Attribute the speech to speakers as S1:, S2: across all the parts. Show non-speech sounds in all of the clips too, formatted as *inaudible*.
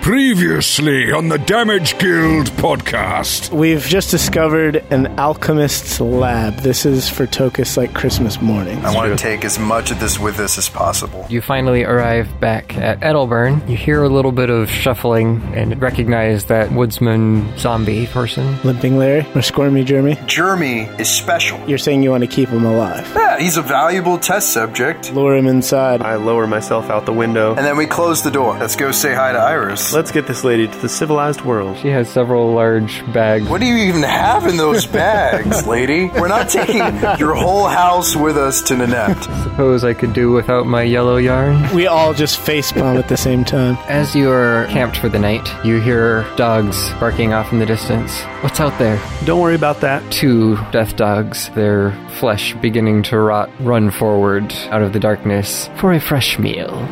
S1: Previously on the Damage Guild podcast.
S2: We've just discovered an alchemist's lab. This is for Tokus like Christmas morning.
S3: I want to take as much of this with us as possible.
S4: You finally arrive back at Edelburn. You hear a little bit of shuffling and recognize that woodsman zombie person.
S2: Limping Larry or Squirmy Jeremy?
S3: Jeremy is special.
S2: You're saying you want to keep him alive.
S3: Yeah, he's a valuable test subject.
S2: Lure him inside.
S5: I lower myself out the window.
S3: And then we close the door. Let's go say hi to Iris.
S5: Let's get this lady to the civilized world.
S4: She has several large bags.
S3: What do you even have in those bags, lady? We're not taking your whole house with us to Nanette.
S4: Suppose I could do without my yellow yarn.
S2: We all just facepalm at the same time.
S4: As you are camped for the night, you hear dogs barking off in the distance. What's out there?
S5: Don't worry about that.
S4: Two death dogs, their flesh beginning to rot, run forward out of the darkness for a fresh meal.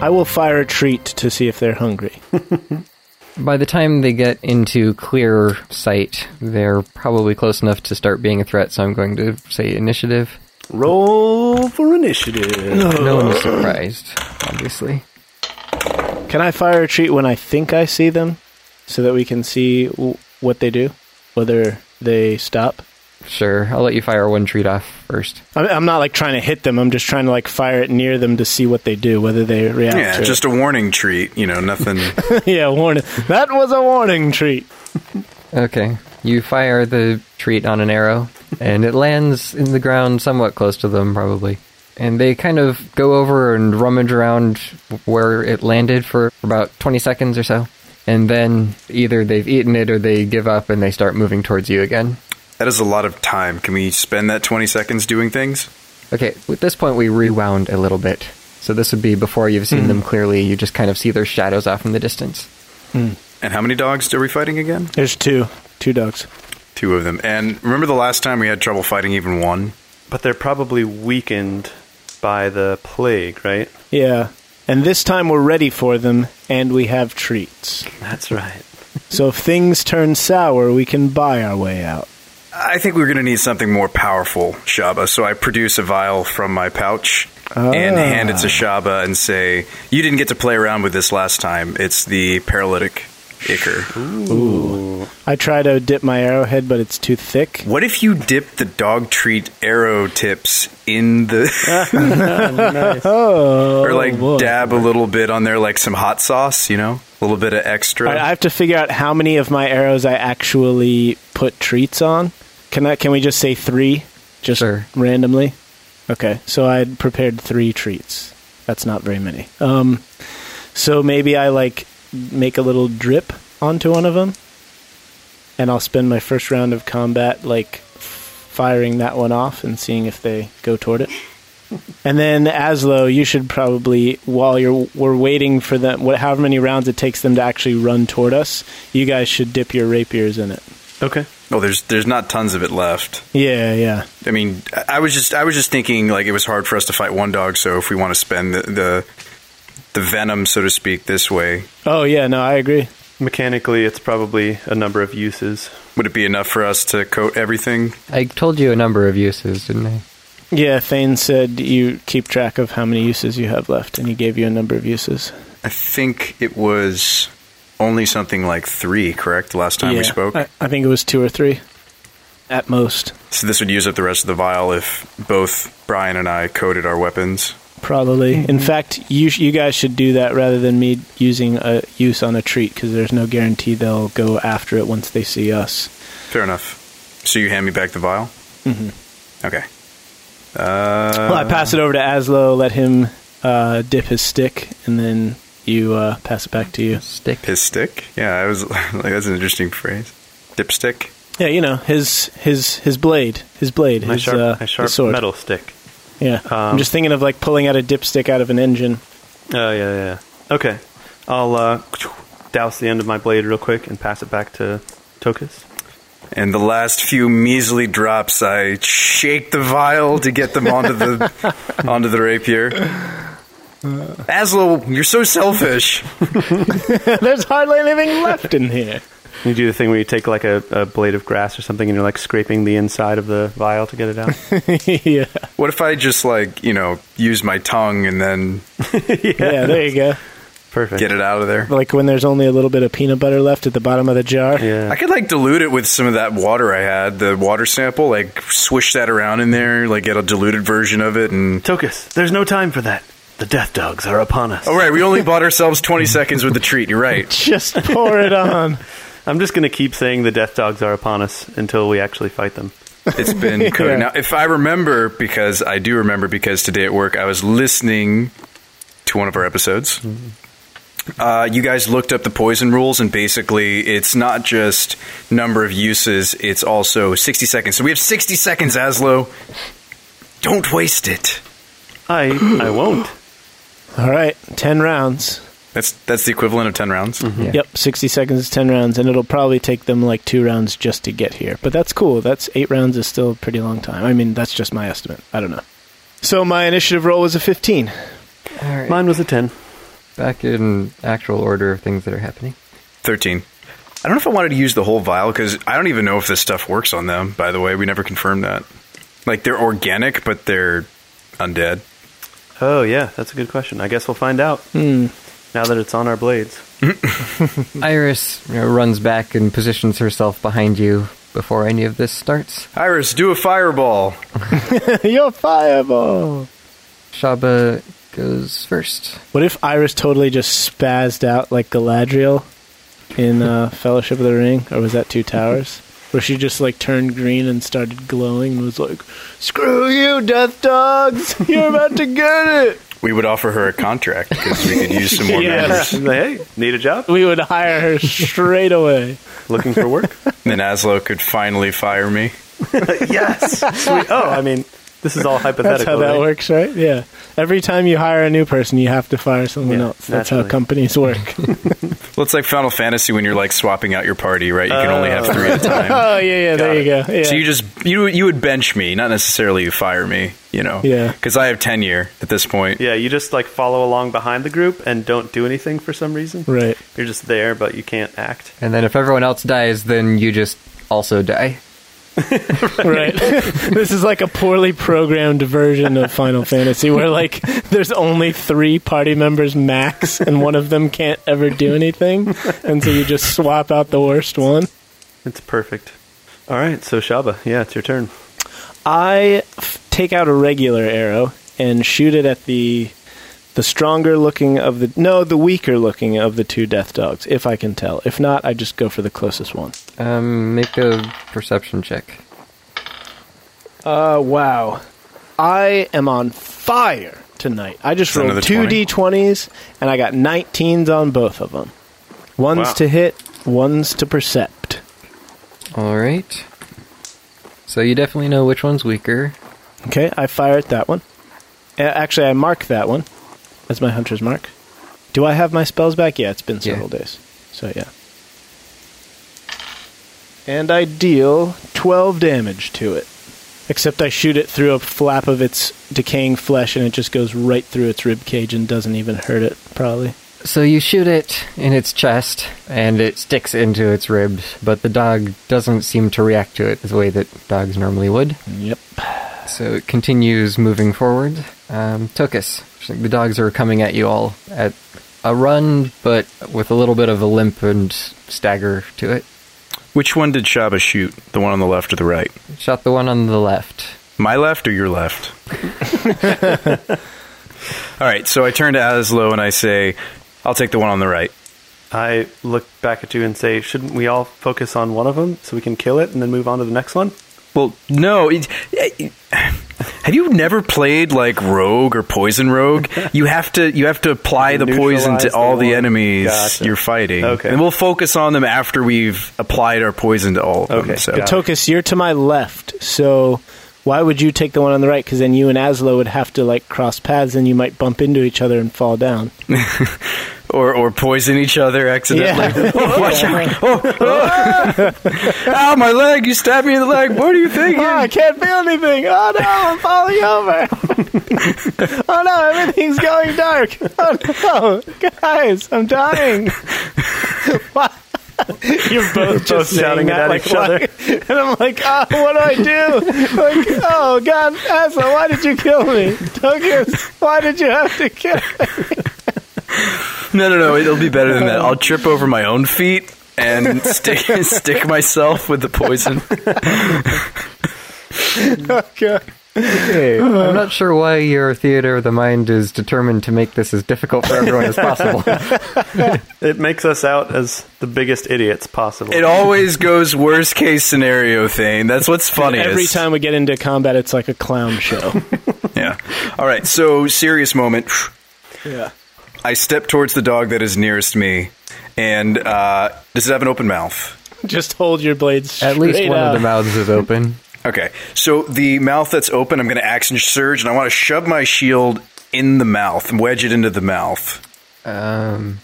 S2: I will fire a treat to see if they're hungry.
S4: By the time they get into clear sight, they're probably close enough to start being a threat, so I'm going to say initiative.
S5: Roll for initiative.
S4: *sighs* No one is surprised, obviously.
S2: Can I fire a treat when I think I see them so that we can see w- what they do? Whether they stop?
S4: Sure, I'll let you fire one treat off first.
S2: I'm, I'm not like trying to hit them. I'm just trying to like fire it near them to see what they do, whether they react
S6: Yeah,
S2: to
S6: just a warning treat. You
S3: *laughs*
S6: know, nothing.
S2: it. *laughs* yeah, warning. That was a warning treat.
S4: Okay. You fire the treat on an arrow, and it lands in the ground somewhat close to them, probably. And they kind of go over and rummage around where it landed for about 20 seconds or so. And then either they've eaten it or they give up and they start moving towards you again.
S6: that is a lot of time. Can we spend that 20 seconds doing things?
S4: Okay, at this point, we rewound a little bit. So this would be before you've seen them clearly. You just kind of see their shadows off in the distance.
S6: And how many dogs are we fighting again?
S2: There's two. Two dogs.
S6: Two of them. And remember the last time we had trouble fighting even one?
S5: But they're probably weakened by the plague, right?
S2: Yeah. And this time we're ready for them and we have treats.
S5: That's right.
S2: So if things turn sour, we can buy our way out.
S6: I think we're going to need something more powerful, Shaba. So I produce a vial from my pouch and
S2: Ah.
S6: hand it to Shaba and say, You didn't get to play around with this last time. It's the paralytic ichor.
S2: I try to dip my arrowhead, but it's too thick.
S6: What if you dip the dog treat arrow tips in the.
S2: Oh,
S6: or like
S2: boy.
S6: dab a little bit on there, like some hot sauce, you know, a little bit of extra.
S2: All right, I have to figure out how many of my arrows I actually put treats on. Can I? Can we just say three? Just
S4: Sure.
S2: randomly. Okay, so I had prepared three treats. That's not very many. Um, so maybe I like make a little drip onto one of them, and I'll spend my first round of combat like firing that one off and seeing if they go toward *laughs* it. And then Aslo, you should probably while you're we're waiting for them, what, however many rounds it takes them to actually run toward us, you guys should dip your rapiers in it.
S5: Okay.
S6: oh, there's there's not tons of it left.
S2: Yeah, yeah.
S6: I mean, I- I was just I was just thinking like it was hard for us to fight one dog, so if we want to spend the the, the venom, so to speak, this way,
S2: Oh yeah, no, I agree.
S5: Mechanically, it's probably a number of uses.
S6: would it be enough for us to coat everything?
S4: I told you a number of uses, didn't I?
S2: Yeah, Thane said you keep track of how many uses you have left, and he gave you a number of uses.
S6: I think it was only something like three, correct? Last time
S2: yeah,
S6: we spoke,
S2: I, I think it was two or three, at most,
S6: so this would use up the rest of the vial if both Brian and I coated our weapons.
S2: probably. In fact, you sh- you guys should do that rather than me using a use on a treat because there's no guarantee they'll go after it once they see us.
S6: Fair enough. So you hand me back the vial. Mm-hmm. Okay.
S2: Well, I pass it over to Aslo, let him uh, dip his stick, and then you uh, pass it back to you.
S4: Stick.
S6: His stick? Yeah, I was *laughs* like, that's an interesting phrase. Dipstick.
S2: Yeah, you know his his his blade, his blade,
S5: My
S2: his,
S5: sharp,
S2: uh,
S5: my sharp
S2: his sword.
S5: metal stick.
S2: Yeah, I'm just thinking of like pulling out a dipstick out of an engine.
S5: Oh, yeah, yeah. yeah. Okay. I'll uh, douse the end of my blade real quick and pass it back to Tokus.
S6: And the last few measly drops, I shake the vial to get them onto the onto the rapier. Aslo, you're so selfish.
S2: There's hardly anything left in here.
S5: You do the thing where you take like a, a blade of grass or something, and you're like scraping the inside of the vial to get it
S2: *laughs*
S5: out.
S2: yeah.
S6: What if I just like you know use my tongue and then
S2: yeah, there you go.
S5: Perfect.
S6: get it out of there?
S2: Like when there's only a little bit of peanut butter left at the bottom of the jar.
S5: Yeah.
S6: I could like dilute it with some of that water I had, the water sample, like swish that around in there, like get a diluted version of it. And
S5: Tokus, there's no time for that. The death dogs are upon us.
S6: oh right, we only bought ourselves twenty seconds with the treat. You're right.
S2: Just pour it on.
S5: I'm just going to keep saying the death dogs are upon us until we actually fight them.
S6: It's been cooked. Now, if I remember, because I do remember, because today at work I was listening to one of our episodes. Uh, you guys looked up the poison rules, and basically, it's not just number of uses; it's also sixty seconds. So we have sixty seconds, Aslo. Don't waste it.
S5: I I won't.
S2: *laughs* All right, 10 rounds.
S6: That's that's the equivalent of ten rounds.
S4: Yeah.
S2: Yep, 60 seconds is 10 rounds, and it'll probably take them like two rounds just to get here. But that's cool. That's eight rounds is still a pretty long time. I mean, that's just my estimate. I don't know. So my initiative roll was a 15.
S4: All right.
S5: Mine was a 10.
S4: Back in actual order of things that are happening.
S6: 13. I don't know if I wanted to use the whole vial because I don't even know if this stuff works on them, by the way. We never confirmed that. Like, they're organic, but they're undead.
S5: Oh, yeah, that's a good question. I guess we'll find out now that it's on our blades.
S4: Iris you know, runs back and positions herself behind you before any of this starts.
S6: Iris, do a fireball.
S2: *laughs* You're fireball.
S4: Shaba goes first.
S2: What if Iris totally just spazzed out like Galadriel in uh, Fellowship of the Ring? Or was that Two Towers? Where she just like turned green and started glowing and was like, screw you, death dogs! *laughs* You're about to get it!
S6: We would offer her a contract because we could use *laughs* some more
S2: Yeah.
S5: *laughs*
S6: members.
S5: hey, need a job?
S2: We would hire her straight
S6: *laughs*
S2: away.
S5: Looking for work?
S6: Then Aslo could finally fire me.
S5: yes. Sweet. Oh, I mean, this is all hypothetical.
S2: That's how that
S5: right?
S2: works, right? Yeah. Every time you hire a new person, you have to fire someone
S5: Yeah,
S2: else. That's how
S5: naturally.
S2: companies work.
S6: *laughs* Well, it's like Final Fantasy when you're like swapping out your party, right? You can only have three at a time.
S2: oh yeah, yeah. there you go. Yeah.
S6: So you just you you would bench me, not necessarily you fire me, you know?
S2: Yeah.
S6: Because I have tenure at this point.
S5: Yeah, you just like follow along behind the group and don't do anything for some reason.
S2: right.
S5: You're just there, but you can't act.
S4: And then if everyone else dies, then you just also die.
S2: Right. *laughs* this is like a poorly programmed version of Final Fantasy where like there's only 3 party members max and one of them can't ever do anything and so you just swap out the worst one.
S5: It's perfect. All right, so Shaba, yeah, it's your turn.
S2: I f- take out a regular arrow and shoot it at the the stronger looking of the no, the weaker looking of the two death dogs, if I can tell. If not, I just go for the closest one.
S4: Um, make a perception check.
S2: Uh, wow. I am on fire tonight. I just
S6: It's another
S2: rolled two
S6: 20.
S2: d20s and I got 19s on both of them. One's
S5: Wow.
S2: to hit, one's to percept.
S4: All right. So you definitely know which one's weaker.
S2: Okay, I fire at that one. A- Actually, I mark that one as my hunter's mark. Do I have my spells back? Yeah, it's been
S4: Yeah.
S2: several days. So, yeah. And I deal 12 damage to it. Except I shoot it through a flap of its decaying flesh and it just goes right through its rib cage and doesn't even hurt it, probably.
S4: So you shoot it in its chest, and it sticks into its ribs, but the dog doesn't seem to react to it the way that dogs normally would.
S2: Yep.
S4: So it continues moving forward. Um, Tokus, the dogs are coming at you all at a run, but with a little bit of a limp and stagger to it.
S6: Which one did Shaba shoot? The one on the left or the right?
S4: Shot the one on the left.
S6: My left or your *laughs* left? All right, so I turn to Aslo and I say, I'll take the one on the right.
S5: I look back at you and say, shouldn't we all focus on one of them so we can kill it and then move on to the next one?
S6: Well, no. It, *sighs* it- have you never played like Rogue or Poison
S5: *laughs*
S6: Rogue? You have to you have to apply the poison
S5: Neutralize
S6: to
S5: the
S6: all the
S5: one.
S6: enemies
S5: Gotcha.
S6: you're fighting.
S5: Okay.
S6: And we'll focus on them after we've applied our poison to all of them.
S5: Okay,
S6: So.
S5: got it.
S2: Tokus, you're to my left, so why would you take the one on the right? Because then you and Aslo would have to like cross paths, and you might bump into each other and fall down.
S6: Or or poison each other
S2: *laughs*
S6: accidentally.
S2: Yeah.
S6: Oh, *laughs* watch out. Oh, oh.
S5: *laughs*
S6: Ow, my leg, you stabbed me in the leg. What are you thinking?
S2: Ah, I can't feel anything. Oh no, I'm falling over. oh no, everything's going dark. Oh no, guys, I'm dying. Why- You're both just
S5: both shouting
S2: saying
S5: it
S2: that,
S5: at
S2: like,
S5: each other.
S2: why- and I'm like, oh, what do I do? like, oh God, Asa, why did you kill me? Douglas, why did you have to kill? me?
S6: No, no, no. It'll be better than that. I'll trip over my own feet and *laughs* stick stick myself with the poison.
S2: God.
S4: I'm not sure why your theater of the mind is determined to make this as difficult for everyone as possible.
S5: It makes us out as the biggest idiots possible.
S6: It always goes worst case scenario thing. That's what's funny.
S2: Every time we get into combat, it's like a clown show.
S6: Yeah. All right. So serious moment.
S2: yeah.
S6: I step towards the dog that is nearest me, and uh, does it have an open mouth?
S2: Just hold your blades.
S4: At least
S2: straight
S4: one of
S2: out.
S4: the mouths is open.
S6: Okay. So the mouth that's open, I'm going to action surge, and I want to shove my shield in the mouth, and wedge it into the mouth.
S4: Um,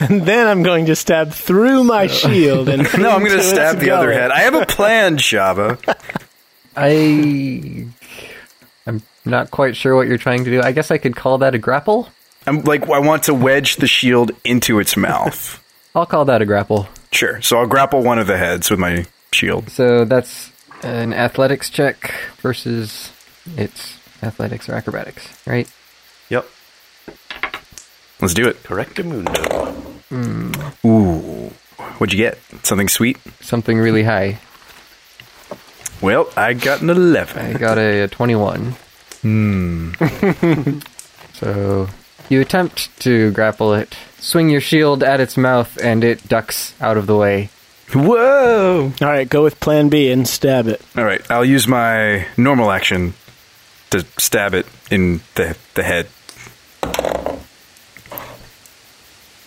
S2: And *laughs* then I'm going to stab through my shield and
S6: No, I'm going
S2: into
S6: to
S2: its
S6: stab the other
S2: gullet.
S6: head. I have a plan, Shava.
S4: I, I'm not quite sure what you're trying to do. I guess I could call that a grapple.
S6: I'm like, I want to wedge the shield into its mouth.
S4: I'll call that a grapple.
S6: Sure. So I'll grapple one of the heads with my shield.
S4: So that's an athletics check versus it's athletics or acrobatics, right?
S5: yep.
S6: Let's do it.
S5: Correctamundo.
S6: Ooh. What'd you get? Something sweet?
S4: Something really high.
S6: Well, I got an 11.
S4: I got a, a 21. Hmm. *laughs* so you attempt to grapple it, swing your shield at its mouth, and it ducks out of the way.
S6: Whoa!
S2: All right, go with Plan B and stab it.
S6: All right, I'll use my normal action to stab it in the, the head.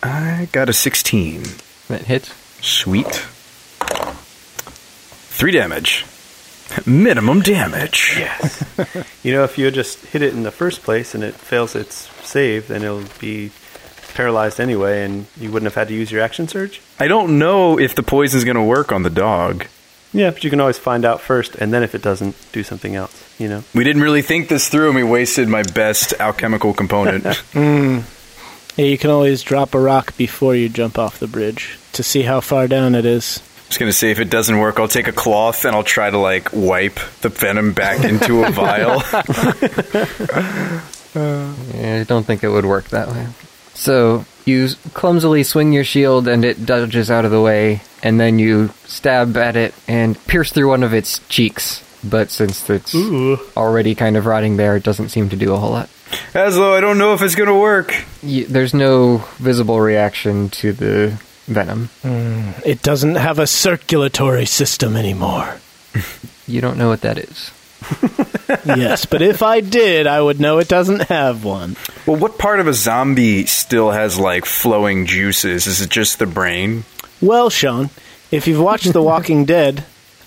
S6: I got a 16.
S4: That hits.
S6: Sweet. Three damage. Minimum damage.
S5: Yes. *laughs* you know, if you had just hit it in the first place and it fails its save, then it'll be paralyzed anyway, and you wouldn't have had to use your action surge.
S6: I don't know if the poison's going to work on the dog.
S5: Yeah, but you can always find out first, and then if it doesn't, do something else. You know.
S6: We didn't really think this through, and we wasted my best alchemical component. *laughs*
S2: Yeah, you can always drop a rock before you jump off the bridge to see how far down it is.
S6: Just gonna say if it doesn't work, I'll take a cloth and I'll try to like wipe the venom back into a vial.
S4: Yeah, I don't think it would work that way. So you s- clumsily swing your shield, and it dodges out of the way, and then you stab at it and pierce through one of its cheeks. But since it's already kind of rotting there, it doesn't seem to do a whole lot.
S6: As though I don't know if it's gonna work.
S4: Y there's no visible reaction to the venom.
S2: It doesn't have a circulatory system anymore.
S4: You don't know what that is.
S2: yes, but if I did, I would know it doesn't have one.
S6: Well, what part of a zombie still has like flowing juices? Is it just the brain?
S2: Well, Sean, if you've watched The *laughs* Walking Dead,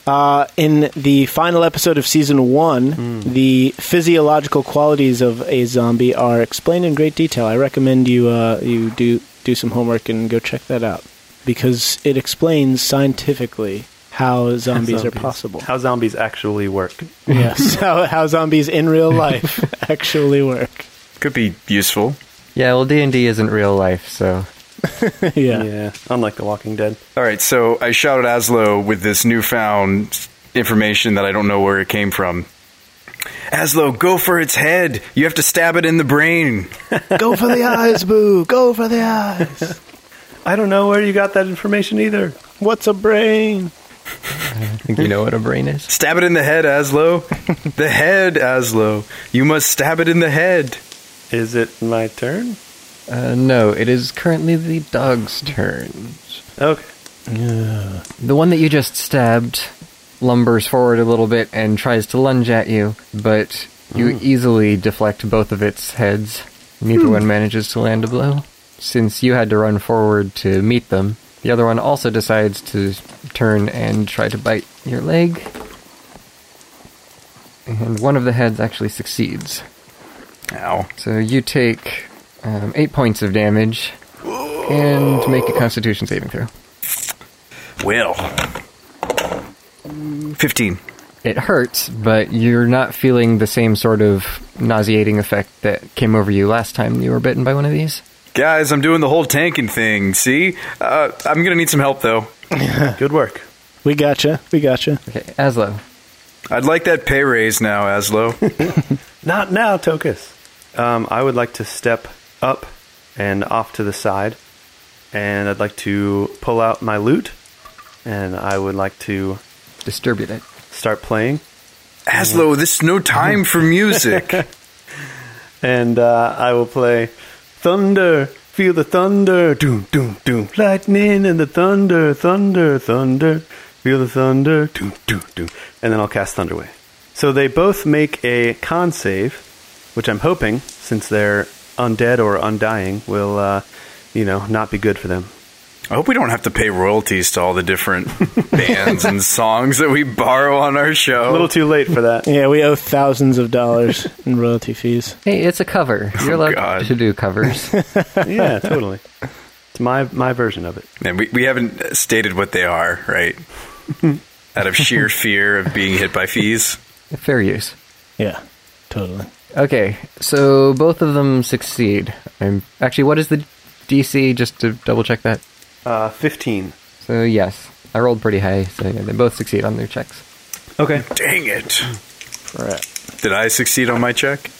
S2: uh, in the final episode of season one, the physiological qualities of a zombie are explained in great detail. I recommend you uh, you do do some homework and go check that out because it explains scientifically how zombies, are possible.
S5: How zombies actually work.
S2: *laughs* yes, how, how zombies in *laughs* real life actually work. *laughs*
S6: Could be useful.
S4: Yeah, well, D and D isn't real life, so
S2: yeah.
S5: yeah. Unlike The Walking Dead.
S6: All right, so I shouted Aslo with this newfound information that I don't know where it came from. Aslo, go for its head. You have to stab it in the brain.
S2: go for the eyes, boo. Go for the eyes.
S5: I don't know where you got that information either.
S2: What's a brain?
S4: I think you know what a brain is.
S6: Stab it in the head, Aslo. the head, Aslo. You must stab it in the head.
S5: Is it my turn?
S4: Uh, no, it is currently the dog's turn.
S5: Okay.
S4: The one that you just stabbed lumbers forward a little bit and tries to lunge at you, but you easily deflect both of its heads. Neither one manages to land a blow. Since you had to run forward to meet them, the other one also decides to turn and try to bite your leg. And one of the heads actually succeeds.
S6: Ow.
S4: So you take um, eight points of damage and make a constitution saving throw.
S6: Will. 15.
S4: it hurts, but you're not feeling the same sort of nauseating effect that came over you last time you were bitten by one of these.
S6: Guys, I'm doing the whole tanking thing. See, uh, I'm going to need some help though.
S5: Good work.
S2: We gotcha. We gotcha.
S4: Okay, Aslo.
S6: I'd like that pay raise now, Aslo.
S5: Not now, Tokus. Um, I would like to step up and off to the side, and I'd like to pull out my lute, and I would like to
S4: Distribute it.
S5: start playing.
S6: *laughs* Aslo, this is no time for music.
S5: and uh, I will play thunder. Feel the thunder, doom, doom, doom, lightning and the thunder, thunder, thunder. Feel the thunder, doom, doom, doom, and then I'll cast Thunderwave. So they both make a con save, which I'm hoping, since they're undead or undying, will, uh, you know, not be good for them.
S6: *laughs* I hope we don't have to pay royalties to all the different bands *laughs* and songs that we borrow on our
S5: A
S6: show.
S5: little too late
S2: *laughs*
S5: for that.
S2: Yeah, we owe thousands of dollars in royalty fees.
S4: Hey, it's a cover. You're allowed
S6: God.
S4: to do covers.
S5: yeah, totally. It's my my version of it.
S6: And we, we haven't stated what they are, *laughs* right? Out of sheer fear of being hit by fees.
S4: Fair use.
S2: Yeah, totally.
S4: Okay, so both of them succeed. I'm actually. What is the DC? Just to double check that.
S5: Uh, Fifteen.
S4: So yes, I rolled pretty high. So yeah, they both succeed on their checks.
S5: Okay.
S6: Dang it.
S2: Right.
S6: Did I succeed on my check?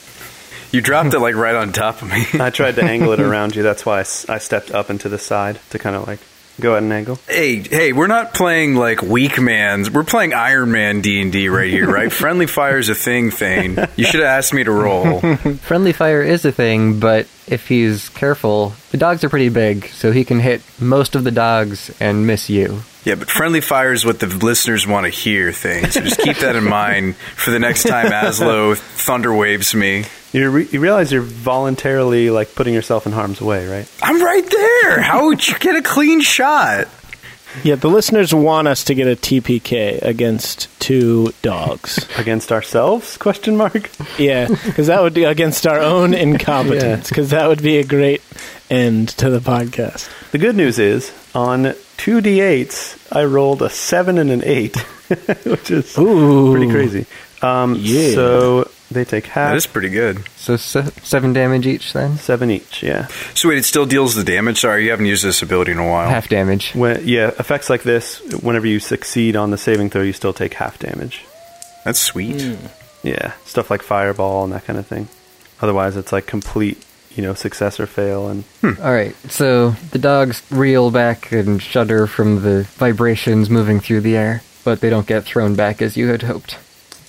S6: You dropped it like right on top of me. *laughs*
S5: *laughs* I tried to angle it around you. That's why I, s- I stepped up and to the side to kind of like go at an angle.
S6: hey, hey, we're not playing like weak man's. We're playing Iron Man D&D right here, right? Friendly fire's a thing thing. You should have asked me to roll.
S4: Friendly fire is a thing, but if he's careful, the dogs are pretty big, so he can hit most of the dogs and miss you.
S6: Yeah, but friendly fire is what the listeners want to hear things. So just keep that in mind for the next time Aslo thunder waves me.
S5: You, re- you realize you're voluntarily like putting yourself in harm's way, right?
S6: I'm right there. How would you get a clean shot?
S2: Yeah, the listeners want us to get a TPK against two *laughs* dogs.
S5: Against ourselves? Question mark.
S2: Yeah, because that would be against our own incompetence. Because that would be a great end to the podcast.
S5: The good news is on two d8s, I rolled a seven and an eight, *laughs* which is
S2: Ooh.
S5: pretty crazy. Um,
S2: Yeah.
S5: So they take
S6: That is
S5: half,
S6: pretty good.
S4: So se- seven damage each, then
S5: seven each. Yeah.
S6: So wait, it still deals the damage. Sorry, you haven't used this ability in a while.
S4: half damage.
S5: When, yeah, effects like this, whenever you succeed on the saving throw, you still take half damage.
S6: That's sweet.
S5: Yeah, stuff like fireball and that kind of thing. Otherwise, it's like complete, you know, success or fail. And
S4: All right, so the dogs reel back and shudder from the vibrations moving through the air, but they don't get thrown back as you had hoped.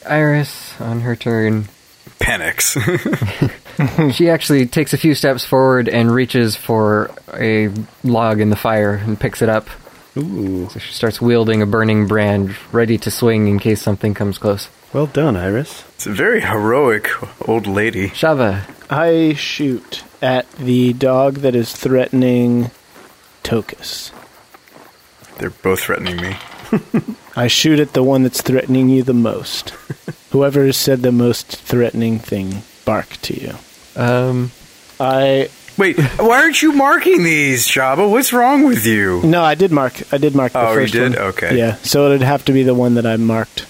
S4: Iris, on her turn,
S6: Panics.
S4: she actually takes a few steps forward and reaches for a log in the fire and picks it up.
S5: ooh,
S4: So she starts wielding a burning brand, ready to swing in case something comes close.
S5: well done, Iris.
S6: *laughs* it's a very heroic old lady.
S4: Shava,
S2: I shoot at the dog that is threatening Tokus.
S6: They're both threatening me.
S2: I shoot at the one that's threatening you the most. *laughs* Whoever said the most threatening thing, bark to you.
S4: um,
S2: I
S6: Wait, why aren't you marking these, Jabba? What's wrong with you?
S2: no, I did mark. I did mark. The
S6: Oh, you
S2: first
S6: did?
S2: one.
S6: Okay.
S2: Yeah, so it'd have to be the one that I marked.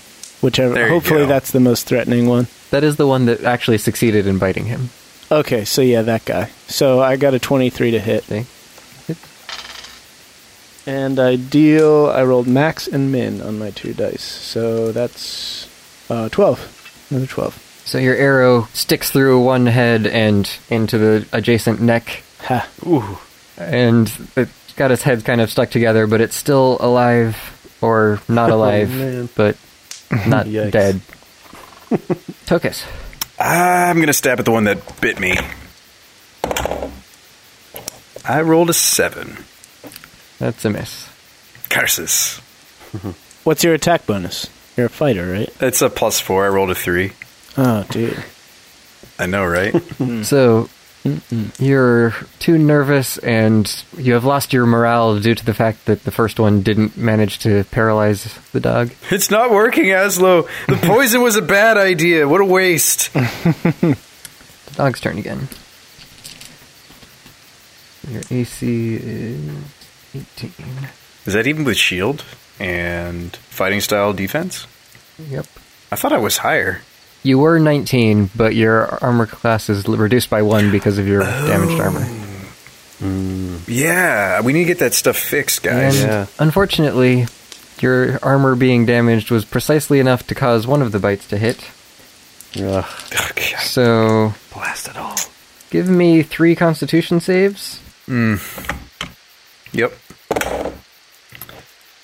S2: Whichever.
S6: There you
S2: hopefully,
S6: go.
S2: that's the most threatening one.
S4: that is the one that actually succeeded in biting him.
S2: Okay, so yeah, that guy. So I got a twenty-three to hit,
S4: See?
S2: and I deal. I rolled max and min on my two dice, so that's uh, twelve. Another twelve.
S4: So your arrow sticks through one head and into the adjacent neck,
S2: Ha.
S4: and it's got its head kind of stuck together, but it's still alive or
S5: *laughs*
S4: not alive,
S5: Oh, man. *laughs*
S4: but not
S5: Yikes. *laughs*
S4: dead. Tokus.
S6: Ah, I'm gonna stab at the one that bit me. I rolled a seven.
S4: That's a miss.
S6: Curses.
S2: What's your attack bonus? You're a fighter, right?
S6: It's a plus four. I rolled a three.
S2: Oh, dude.
S6: I know, right? *laughs*
S4: So you're too nervous and you have lost your morale due to the fact that the first one didn't manage to paralyze the dog.
S6: it's not working, Aslo. The poison was a bad idea. What a waste.
S4: The dog's turn again. Your AC is 18.
S6: Is that even with shield and fighting style defense?
S4: Yep.
S6: I thought I was higher.
S4: You were 19, but your armor class is l- reduced by 1 because of your damaged armor.
S6: Yeah, we need to get that stuff fixed, guys.
S4: And
S5: Yeah.
S4: unfortunately, your armor being damaged was precisely enough to cause one of the bites to hit.
S5: Ugh,
S6: Okay.
S4: So
S5: blast it all.
S4: give me three constitution saves,
S6: Yep.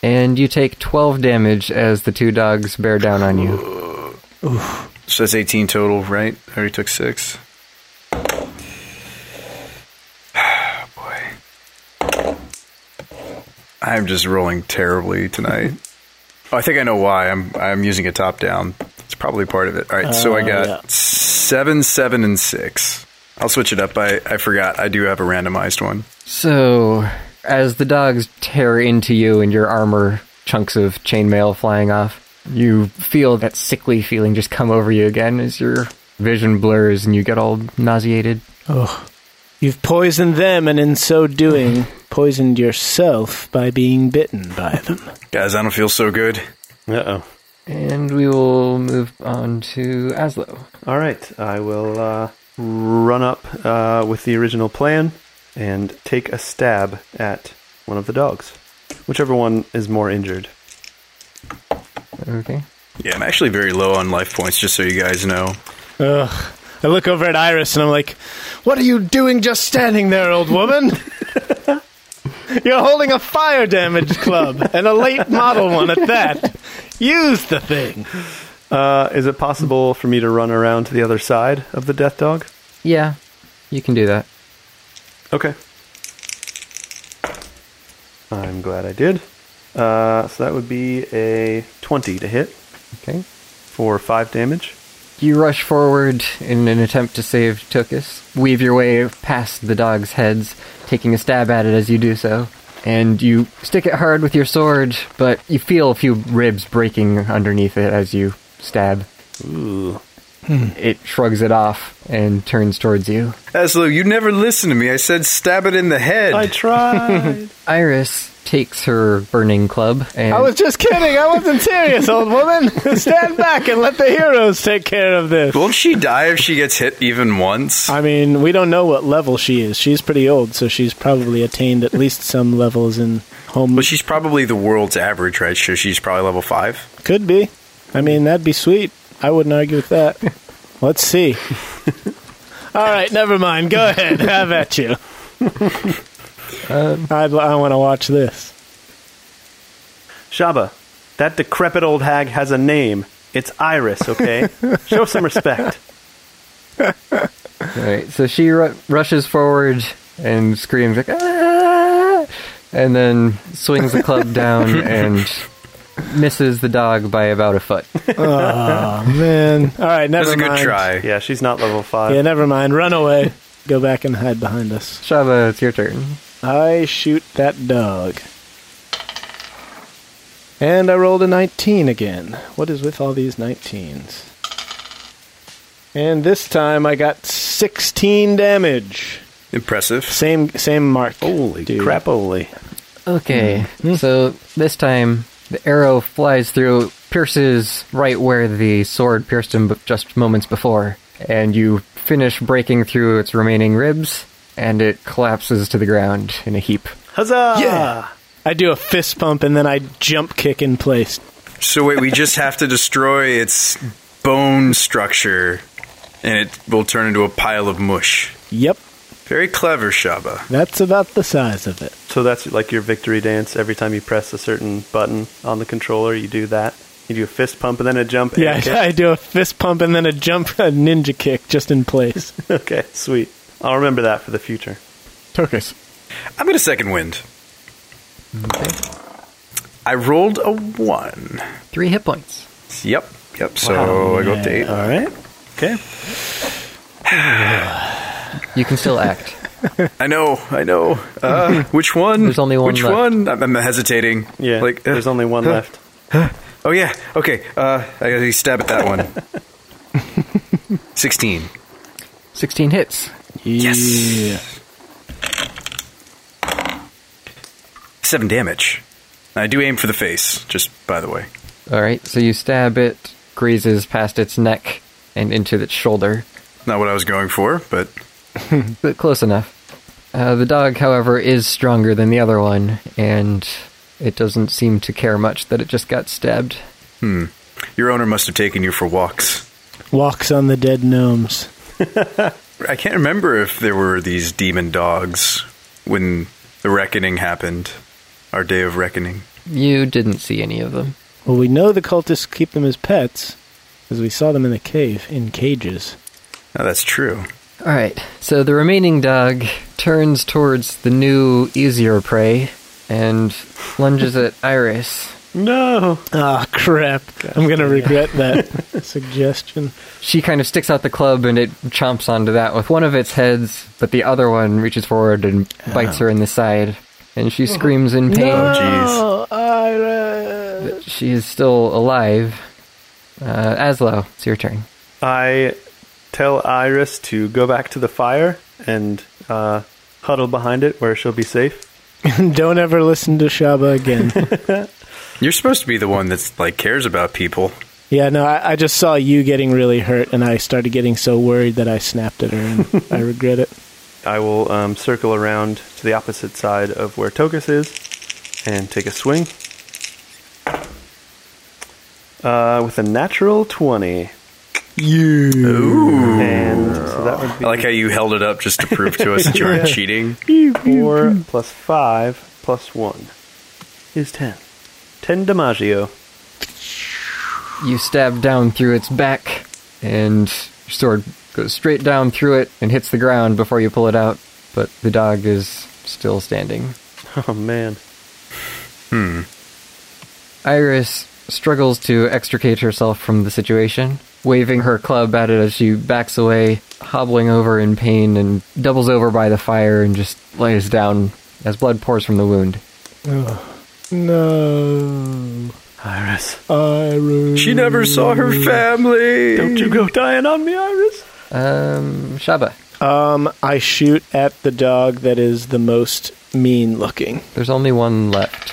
S4: and you take 12 damage as the two dogs bear down on you.
S6: So that's 18 total, right? I already took six. *sighs* Oh, Boy. I'm just rolling
S2: *laughs*
S6: terribly tonight. oh, I think I know why. I'm I'm using a top down. It's probably part of it. All right, so I
S2: Uh,
S6: got
S2: yeah.
S6: seven, seven, and six. I'll switch it up. I, I forgot. I do have a randomized one.
S4: So, as the dogs tear into you and your armor, chunks of chainmail flying off, you feel that sickly feeling just come over you again as your vision blurs and you get all nauseated.
S2: You've poisoned them, and in so doing, poisoned yourself by being bitten by them.
S6: Guys, I don't feel so good.
S5: Uh oh.
S4: And we will move on to Aslo.
S5: All right, I will uh, run up uh, with the original plan and take a stab at one of the dogs, whichever one is more injured.
S4: Okay.
S6: Yeah, I'm actually very low on life points, just so you guys know.
S2: Ugh. I look over at Iris and I'm like, What are you doing just standing there, old woman? *laughs* You're holding a fire damage club and a late model one at that. Use the thing.
S5: Uh, is it possible for me to run around to the other side of the death dog?
S4: Yeah, you can do that.
S5: Okay. I'm glad I did. Uh, so that would be a 20 to hit
S4: Okay.
S5: for 5 damage.
S4: You rush forward in an attempt to save Tokus, weave your way past the dog's heads, taking a stab at it as you do so. And you stick it hard with your sword, but you feel a few ribs breaking underneath it as you stab.
S5: Ooh.
S2: Hmm.
S4: It shrugs it off and turns towards you.
S6: Aslo, you never listen to me. I said stab it in the head.
S5: *laughs* I tried!
S4: Iris takes her burning club and
S2: I was just kidding. I wasn't serious, old woman. *laughs* Stand back and let the heroes take care of this.
S6: Won't she die if she gets hit even once?
S2: I mean, we don't know what level she is. She's pretty old, so she's probably attained at least some levels in home.
S6: Well, she's probably the world's average, right? So she's probably level five.
S2: Could be. I mean, that'd be sweet. I wouldn't argue with that. Let's see. All right, never mind. Go ahead. Have at you. I'd, I want to watch this.
S5: Shaba, that decrepit old hag has a name. It's Iris, okay? Show some respect.
S4: All right, so she ru- rushes forward and screams like, "Ah!" and then swings the *laughs* club down and misses the dog by about a foot.
S2: Oh, man. All right,
S6: That
S2: never
S6: was a
S2: mind.
S6: good try.
S5: Yeah, she's not level 5.
S2: Yeah, never mind. Run away. Go back and hide behind us.
S4: Shava, it's your turn.
S2: I shoot that dog. And I rolled a 19 again. What is with all these 19s? And this time I got 16 damage.
S6: Impressive.
S2: Same same mark.
S5: Holy
S2: dude.
S5: crap, holy.
S4: Okay, so this time the arrow flies through, pierces right where the sword pierced him b- just moments before, and you finish breaking through its remaining ribs, and it collapses to the ground in a heap.
S5: Huzzah!
S2: Yeah. I do a fist pump and then I jump kick in place.
S6: So wait, we just have to destroy its bone structure, and it will turn into a pile of mush.
S2: Yep,
S6: Very clever, Shaba.
S2: that's about the size of it.
S5: So that's like your victory dance. Every time you press a certain button on the controller, you do that. You do a fist pump and then a jump. and a
S2: Yeah,
S5: kick.
S2: I do a fist pump and then a jump, *laughs* a ninja kick just in
S6: *laughs*
S2: place.
S5: *laughs* okay, sweet. I'll remember that for the future.
S2: Turkish.
S6: I'm gonna second wind. I rolled a one.
S4: Three hit points.
S6: Yep. Yep. So I go up to eight.
S5: All right. Okay.
S4: You can still *laughs* act.
S6: I know. I know.
S4: *laughs*
S6: Uh, which one?
S4: There's only one
S6: Which
S4: left.
S6: one? I'm, I'm hesitating.
S5: Yeah.
S6: Like uh,
S5: there's only one left.
S6: Oh yeah. Okay. Uh, I gotta stab at that one.
S4: *laughs*
S6: Sixteen.
S4: 16 hits.
S2: Yes.
S6: Seven damage. I do aim for the face. Just by the way.
S4: All right, so you stab it, grazes past its neck and into its shoulder,
S6: Not what I was going for, but
S4: but close enough. Uh, the dog, however, is stronger than the other one, and it doesn't seem to care much that it just got stabbed.
S6: Your owner must have taken you for walks.
S2: Walks on the dead gnomes.
S6: I can't remember if there were these demon dogs when the reckoning happened, our day of reckoning.
S4: You didn't see any of them.
S2: Well, we know the cultists keep them as pets because we saw them in the cave in cages.
S6: Now that's true.
S4: All right. So the remaining dog turns towards the new, easier prey and lunges at Iris.
S5: No.
S2: Ah, crap. I'm going to regret that *laughs* suggestion.
S4: She kind of sticks out the club and it chomps onto that with one of its heads, but the other one reaches forward and bites her in the side. And she screams in pain.
S2: Oh, Iris.
S4: She is still alive. Uh, Aslo, it's your turn.
S5: I tell Iris to go back to the fire and uh, huddle behind it where she'll be safe.
S2: Don't ever listen to Shaba again.
S6: You're supposed to be the one that's like cares about people.
S2: yeah, no, I, I just saw you getting really hurt, and I started getting so worried that I snapped at her, *laughs* and I regret it.
S5: I will um, circle around to the opposite side of where Tokus is and take a swing. Uh, with a natural 20. You. And so that would
S6: I
S5: be
S6: like how you held it up just to prove to us that you weren't cheating.
S5: 4 plus 5 plus 1 is 10. 10 Dimaggio. *laughs*
S4: You stab down through its back, and your sword goes straight down through it and hits the ground before you pull it out. But the dog is still standing.
S5: Oh, man.
S4: Iris struggles to extricate herself from the situation, waving her club at it as she backs away, hobbling over in pain, and doubles over by the fire and just lays down as blood pours from the wound.
S2: No,
S5: Iris.
S2: Iris.
S6: She never saw her family.
S5: Don't you go dying on me, Iris.
S4: Um, Shaba,
S2: Um, I shoot at the dog that is the most mean looking.
S4: there's only one left.